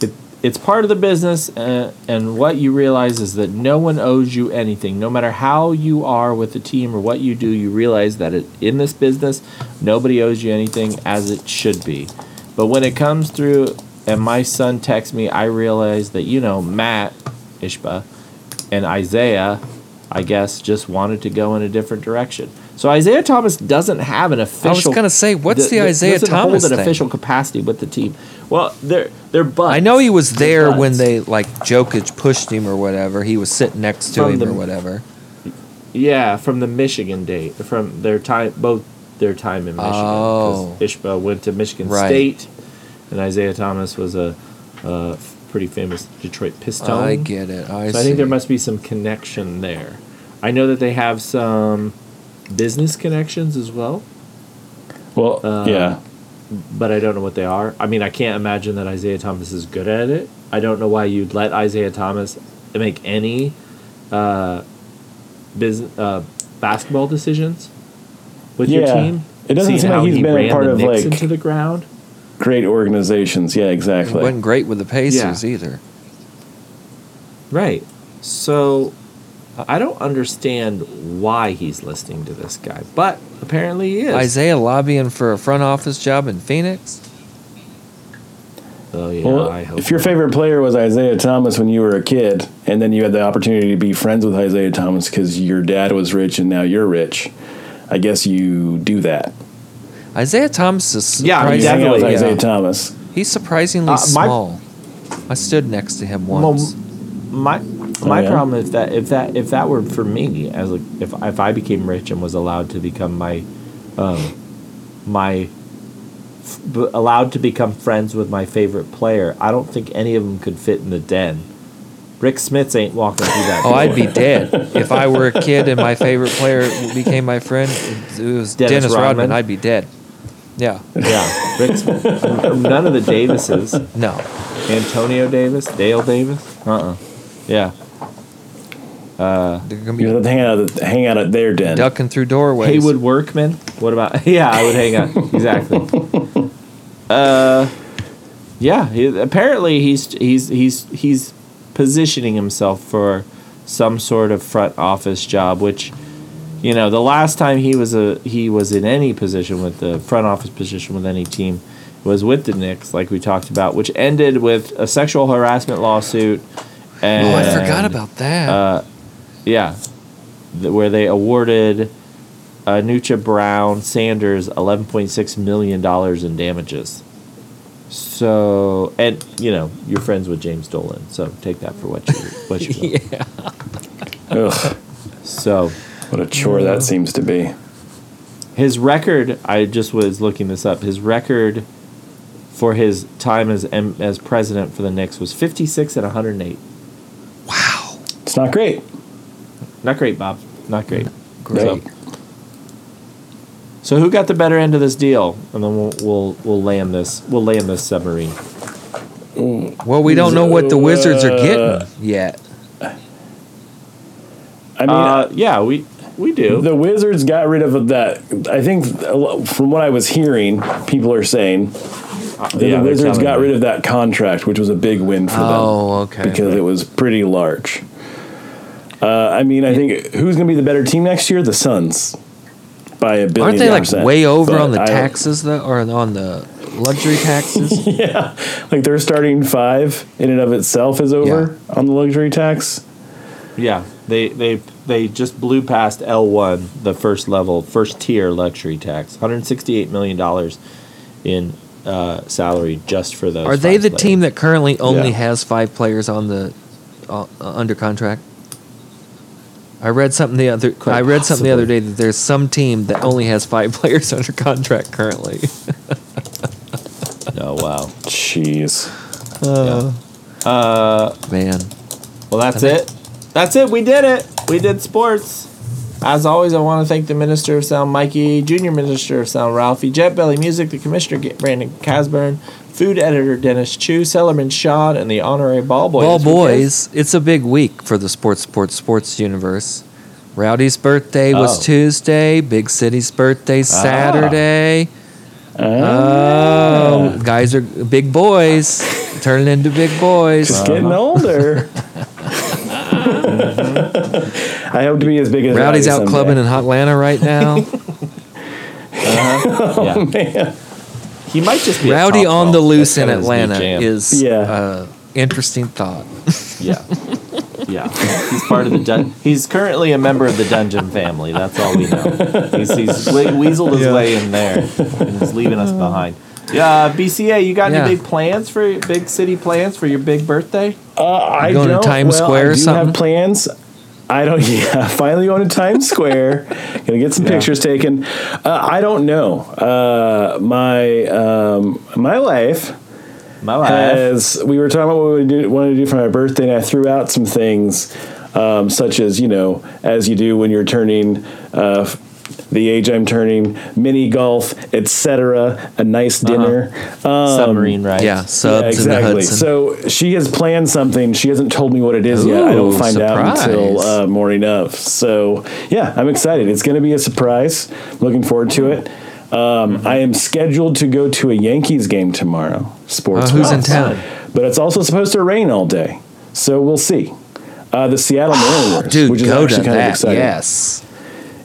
Speaker 1: it, it's part of the business, uh, and what you realize is that no one owes you anything. No matter how you are with the team or what you do, you realize that it, in this business, nobody owes you anything as it should be. But when it comes through, and my son texts me, I realize that, you know, Matt, Ishba, and Isaiah, I guess, just wanted to go in a different direction. So Isaiah Thomas doesn't have an official.
Speaker 2: gonna say, what's the
Speaker 1: th-
Speaker 2: Isaiah
Speaker 1: doesn't
Speaker 2: Thomas
Speaker 1: hold an
Speaker 2: thing?
Speaker 1: official capacity with the team. Well, they're they're butts.
Speaker 2: I know he was
Speaker 1: They're
Speaker 2: there
Speaker 1: butts.
Speaker 2: when they like Jokic pushed him or whatever. He was sitting next to
Speaker 1: From
Speaker 2: him
Speaker 1: the-
Speaker 2: or whatever.
Speaker 1: Yeah, from the Michigan date, from their time, both their time in Michigan. 'cause
Speaker 2: Oh.
Speaker 1: Ishba went to Michigan
Speaker 2: Right.
Speaker 1: State, and Isaiah Thomas was a, a pretty famous Detroit Piston.
Speaker 2: I get it. I,
Speaker 1: So I
Speaker 2: see.
Speaker 1: think there must be some connection there. I know that they have some business connections as well,
Speaker 3: Well, yeah.
Speaker 1: but I don't know what they are. I mean, I can't imagine that Isaiah Thomas is good at it. I don't know why you'd let Isaiah Thomas make any uh, business uh, basketball decisions with your
Speaker 3: Yeah.
Speaker 1: team.
Speaker 3: It doesn't
Speaker 1: Seeing
Speaker 3: seem like
Speaker 1: how
Speaker 3: he's
Speaker 1: he
Speaker 3: been a
Speaker 1: ran
Speaker 3: part
Speaker 1: the
Speaker 3: of,
Speaker 1: Knicks
Speaker 3: like-
Speaker 1: into the ground.
Speaker 3: Great organizations. Yeah,
Speaker 2: He
Speaker 3: exactly.
Speaker 2: wasn't great with the Pacers
Speaker 1: Yeah.
Speaker 2: either.
Speaker 1: Right. So I don't understand why he's listening to this guy, but apparently he is.
Speaker 2: Isaiah lobbying for a front office job in Phoenix.
Speaker 1: Oh yeah,
Speaker 3: Well,
Speaker 1: I hope
Speaker 3: if your
Speaker 1: not.
Speaker 3: favorite player was Isaiah Thomas when you were a kid, and then you had the opportunity to be friends with Isaiah Thomas because your dad was rich and now you're rich, I guess you do that.
Speaker 2: Isaiah Thomas is
Speaker 1: Yeah, I mean,
Speaker 3: You hang out
Speaker 2: surprisingly,
Speaker 3: with
Speaker 1: definitely,
Speaker 3: Isaiah
Speaker 2: yeah.
Speaker 3: Thomas.
Speaker 2: he's surprisingly
Speaker 1: Uh, my-
Speaker 2: small. I stood next to him once.
Speaker 1: my
Speaker 2: Oh,
Speaker 1: my
Speaker 3: yeah?
Speaker 1: problem is that if that if that were for me as like if if I became rich and was allowed to become my um my f- b- allowed to become friends with my favorite player, I don't think any of them could fit in the den. Rick Smiths ain't walking through that.
Speaker 2: oh, I'd
Speaker 1: door.
Speaker 2: be dead if I were a kid and my favorite player became my friend. It
Speaker 1: Dennis
Speaker 2: was Dennis, Rodman.
Speaker 1: Rodman.
Speaker 2: I'd be dead. Yeah,
Speaker 1: yeah. Rick Smith. None of the Davises,
Speaker 2: no.
Speaker 1: Antonio Davis, Dale Davis. Uh uh Yeah.
Speaker 2: They're gonna be
Speaker 3: You have to hang out, at- hang out at their den.
Speaker 2: ducking through doorways.
Speaker 1: Haywood Workman. What about? Yeah, I would hang out exactly. uh, yeah. He, apparently, he's he's he's he's positioning himself for some sort of front office job, which you know the last time he was a he was in any position with the front office position with any team was with the Knicks, like we talked about, which ended with a sexual harassment lawsuit. And
Speaker 2: Oh, I forgot about that.
Speaker 1: Uh, yeah, Th- where they awarded uh, Nucha Brown Sanders eleven point six million dollars in damages. So, and you know, you're friends with James Dolan, so take that for what you what you will.
Speaker 2: yeah.
Speaker 3: Ugh,
Speaker 1: So,
Speaker 3: what a chore that seems to be.
Speaker 1: his record, I just was looking this up. His record for his time as M- as president for the Knicks was 56 and 108.
Speaker 2: Wow.
Speaker 3: It's not great.
Speaker 1: Not great, Bob. Not great.
Speaker 2: Great.
Speaker 1: So who got the better end of this deal? And then we'll we'll, we'll land this we'll land this submarine.
Speaker 2: Well, we don't know what the Wizards are
Speaker 1: Uh,
Speaker 2: getting yet.
Speaker 3: I mean,
Speaker 1: Uh, yeah, we we do.
Speaker 3: The Wizards got rid of that. I think, from what I was hearing, people are saying that
Speaker 1: Uh, they're
Speaker 3: the Wizards
Speaker 1: telling
Speaker 3: got
Speaker 1: me.
Speaker 3: rid of that contract, which was a big win for
Speaker 2: Oh, okay.
Speaker 3: them because it was pretty large. Uh, I mean, I think who's going to be the better team next year? The Suns, by a 1000000000
Speaker 2: Aren't they like
Speaker 3: percent.
Speaker 2: way over
Speaker 3: But
Speaker 2: on the
Speaker 3: I-
Speaker 2: taxes though, or on the luxury taxes?
Speaker 3: Yeah, like their starting five in and of itself is over on the luxury tax.
Speaker 1: Yeah, they they they just blew past L one, the first level, first tier luxury tax, 168 million dollars in uh, salary just for those.
Speaker 2: are they
Speaker 1: five
Speaker 2: the
Speaker 1: players.
Speaker 2: team that currently only
Speaker 3: Yeah.
Speaker 2: has five players on the uh, uh, under contract? I read something the other. I read something the other day that there's some team that only has five players under contract currently.
Speaker 1: Oh wow.
Speaker 3: Jeez.
Speaker 1: Yeah.
Speaker 2: Man,
Speaker 1: Well, that's it. That's it. We did it. We did sports. As always, I want to thank the Minister of Sound, Mikey, Junior Minister of Sound, Ralphie, Jet Belly Music, the Commissioner, Ga- Brandon Casburn, Food Editor, Dennis Chu, Sellerman Sean, and the Honorary Ball Boy.
Speaker 2: well,
Speaker 1: this weekend.
Speaker 2: boys, it's a big week for the sports, sports, sports universe. Rowdy's birthday was
Speaker 1: Oh.
Speaker 2: Tuesday. Big City's birthday
Speaker 3: Ah.
Speaker 2: Saturday. Oh, guys are big boys, turning into big boys.
Speaker 3: Just getting older. I hope to be as big as
Speaker 2: Rowdy's
Speaker 3: Rowdy
Speaker 2: out
Speaker 3: someday.
Speaker 2: clubbing in Hotlanta right now.
Speaker 1: yeah.
Speaker 3: Man,
Speaker 1: He might just be a
Speaker 2: Rowdy
Speaker 1: top
Speaker 2: on the
Speaker 1: 12.
Speaker 2: loose
Speaker 1: That's
Speaker 2: in
Speaker 1: kinda his new
Speaker 2: Atlanta
Speaker 1: jam.
Speaker 2: is
Speaker 3: Yeah.
Speaker 2: uh, interesting thought.
Speaker 1: yeah, yeah. He's part of the dun- He's currently a member of the Dungeon family. That's all we know. He's, he's we- weaseled his way in there and he's leaving us behind. Yeah, uh, BCA, you got
Speaker 2: Yeah.
Speaker 1: any big plans for big city plans for your big birthday?
Speaker 3: uh, I
Speaker 2: going to
Speaker 3: don't-
Speaker 2: Times
Speaker 3: well,
Speaker 2: Square or
Speaker 3: I do
Speaker 2: something?
Speaker 3: have plans. I don't. Yeah, finally going to Times Square. Gonna get some pictures taken. Uh, I don't know. Uh, my um, my life.
Speaker 1: My wife.
Speaker 3: as we were talking about what we do, wanted to do for my birthday, and I threw out some things, um, such as you know, as you do when you're turning. Uh, f- the age I'm turning, mini golf, etc., a nice dinner. Um,
Speaker 1: submarine ride.
Speaker 2: yeah, subs
Speaker 3: Yeah,
Speaker 2: in the
Speaker 3: exactly.
Speaker 2: Hudson.
Speaker 3: So she has planned something. She hasn't told me what it is yet. I don't
Speaker 2: Ooh,
Speaker 3: find out until
Speaker 2: surprise.
Speaker 3: uh, morning of. So yeah, I'm excited. It's going to be a surprise. Looking forward to it. Um, I am scheduled to go to a Yankees game tomorrow. Sports.
Speaker 2: Uh, who's in
Speaker 3: wise.
Speaker 2: town?
Speaker 3: But it's also supposed to rain all day. So we'll see. Uh, the Seattle Mariners,
Speaker 2: Dude,
Speaker 3: which is
Speaker 2: go to
Speaker 3: actually kind of
Speaker 2: that.
Speaker 3: exciting.
Speaker 2: Yes.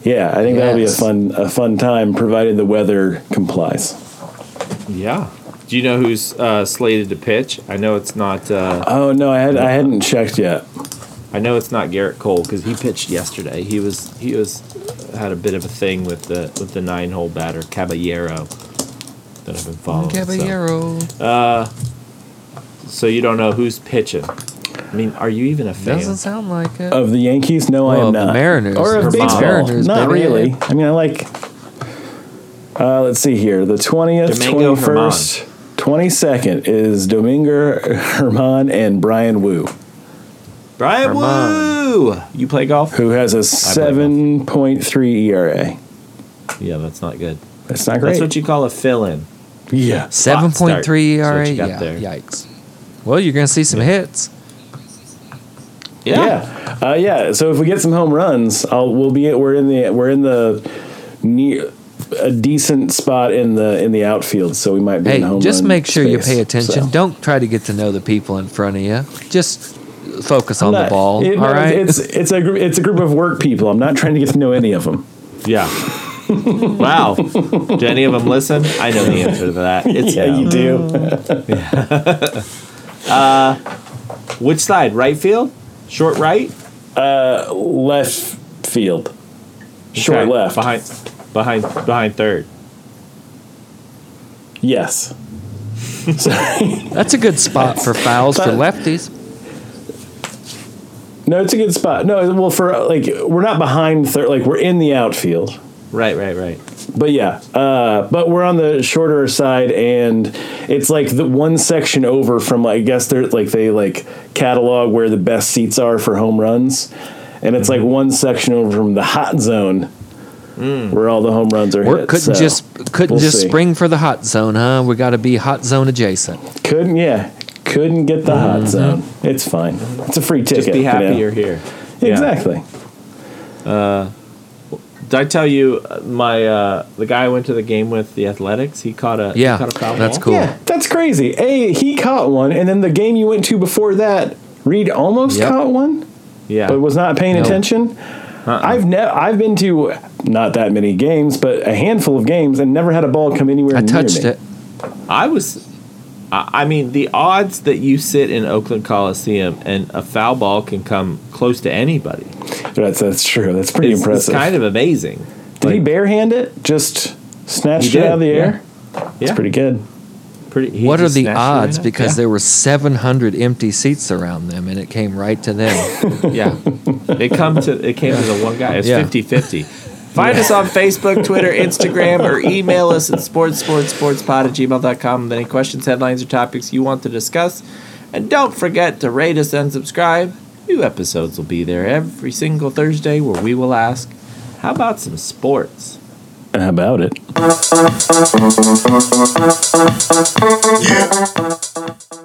Speaker 3: Yeah, I think that'll be a
Speaker 2: Yes.
Speaker 3: fun a fun time, provided the weather complies.
Speaker 1: yeah. Do you know who's uh, slated to pitch? I know it's not. Uh,
Speaker 3: Oh no, I had I hadn't checked yet.
Speaker 1: I know it's not Garrett Cole because he pitched yesterday. He was he was had a bit of a thing with the with the nine hole batter Caballero that I've been following. so-
Speaker 2: Caballero.
Speaker 1: So, you don't know who's pitching. I mean, are you even a fan?
Speaker 2: Doesn't sound like it.
Speaker 3: Of the Yankees? No, I
Speaker 2: Well,
Speaker 3: am
Speaker 2: of the
Speaker 3: not.
Speaker 2: Mariners.
Speaker 3: Or of
Speaker 1: Vermont.
Speaker 3: baseball?
Speaker 2: Mariners,
Speaker 3: not
Speaker 2: baby.
Speaker 3: really. I mean, I like. Uh, let's see here. The twentieth,
Speaker 1: Domingo
Speaker 3: twenty-first, twenty-second is Domingo Herman and Brian Wu,
Speaker 1: Brian
Speaker 2: Vermont.
Speaker 1: Woo, you play golf?
Speaker 3: who has a seven point three ERA.
Speaker 1: Yeah, that's not good.
Speaker 3: That's not great.
Speaker 1: That's what you call a fill in.
Speaker 3: yeah.
Speaker 2: Seven point three
Speaker 1: That's
Speaker 2: ERA.
Speaker 1: what you got
Speaker 2: Yeah.
Speaker 1: there.
Speaker 2: Yikes. Well, you're gonna see some hits.
Speaker 3: Yeah. Uh, yeah. So if we get some home runs, I'll, we'll be we're in the we're in the near a decent spot in the in the outfield, so we might be in
Speaker 2: Hey,
Speaker 3: home
Speaker 2: just
Speaker 3: run
Speaker 2: make sure you
Speaker 3: space,
Speaker 2: pay attention.
Speaker 3: so.
Speaker 2: Don't try to get to know the people in front of you. Just focus on
Speaker 3: I'm
Speaker 2: the
Speaker 3: not-
Speaker 2: ball.
Speaker 3: it-
Speaker 2: all
Speaker 3: no,
Speaker 2: right.
Speaker 3: It's it's a gr- it's a group of work people. I'm not trying to get to know any of them.
Speaker 1: Yeah. wow. Do any of them listen? I know the answer to that. It's
Speaker 3: Yeah,
Speaker 1: no.
Speaker 3: you do.
Speaker 1: Which side? Right field? Short right?
Speaker 3: Mm. Left field, short
Speaker 1: Okay.
Speaker 3: left.
Speaker 1: Behind behind behind third.
Speaker 3: Yes.
Speaker 2: That's a good spot for fouls for
Speaker 3: But-
Speaker 2: lefties.
Speaker 3: No, it's a good spot. No, well, for uh, like we're not behind third. Like we're in the outfield.
Speaker 1: Right, right, right.
Speaker 3: But yeah, uh, but we're on the shorter side, and it's like the one section over from. I guess they're like they like catalog where the best seats are for home runs, and it's
Speaker 2: Mm-hmm.
Speaker 3: like one section over from the hot zone, where all the home runs are.
Speaker 2: Or Mm.
Speaker 3: hit,
Speaker 2: couldn't
Speaker 3: so
Speaker 2: just couldn't
Speaker 3: uh, we'll
Speaker 2: just
Speaker 3: see.
Speaker 2: spring for the hot zone, huh? We got to be hot zone adjacent.
Speaker 3: couldn't yeah couldn't get the
Speaker 2: Mm-hmm.
Speaker 3: hot zone. It's fine. It's a free ticket.
Speaker 1: Just be
Speaker 3: you know?
Speaker 1: happy you're here.
Speaker 3: Exactly.
Speaker 1: Did I tell you uh, my uh, the guy I went to the game with the Athletics? He caught a he
Speaker 2: Yeah,
Speaker 1: caught a foul
Speaker 2: that's
Speaker 1: ball.
Speaker 2: cool.
Speaker 3: Yeah, that's crazy. A he caught one, and then the game you went to before that, Reed almost
Speaker 2: Yep.
Speaker 3: caught one.
Speaker 1: Yeah, Uh-uh.
Speaker 3: but was not paying
Speaker 2: No.
Speaker 3: attention. I've never I've been to not that many games, but a handful of games, and never had a ball come anywhere
Speaker 2: I
Speaker 3: near
Speaker 2: touched
Speaker 3: me.
Speaker 2: it.
Speaker 1: I was. I I mean, the odds that you sit in Oakland Coliseum and a foul ball can come close to anybody
Speaker 3: That's that's true. That's pretty
Speaker 1: is, is
Speaker 3: impressive.
Speaker 1: kind of amazing.
Speaker 3: did he barehand it? Just snatched
Speaker 1: He
Speaker 3: it
Speaker 1: did,
Speaker 3: out of the
Speaker 1: yeah.
Speaker 3: air. It's
Speaker 1: Yeah,
Speaker 3: pretty good.
Speaker 1: pretty. he
Speaker 2: What are
Speaker 1: just
Speaker 2: the
Speaker 1: snatched it
Speaker 2: odds?
Speaker 1: right up.
Speaker 2: because there were 700 empty seats around them, and it came right to them.
Speaker 1: yeah, yeah. it come to it came to the one guy. It's
Speaker 2: Yeah.
Speaker 1: 50-50. Find us on Facebook, Twitter, Instagram, or email us at sports, sports, sportspod at gmail.com with any questions, headlines, or topics you want to discuss. And don't forget to rate us and subscribe. New episodes will be there every single Thursday where we will ask, how about some sports?
Speaker 3: How about it?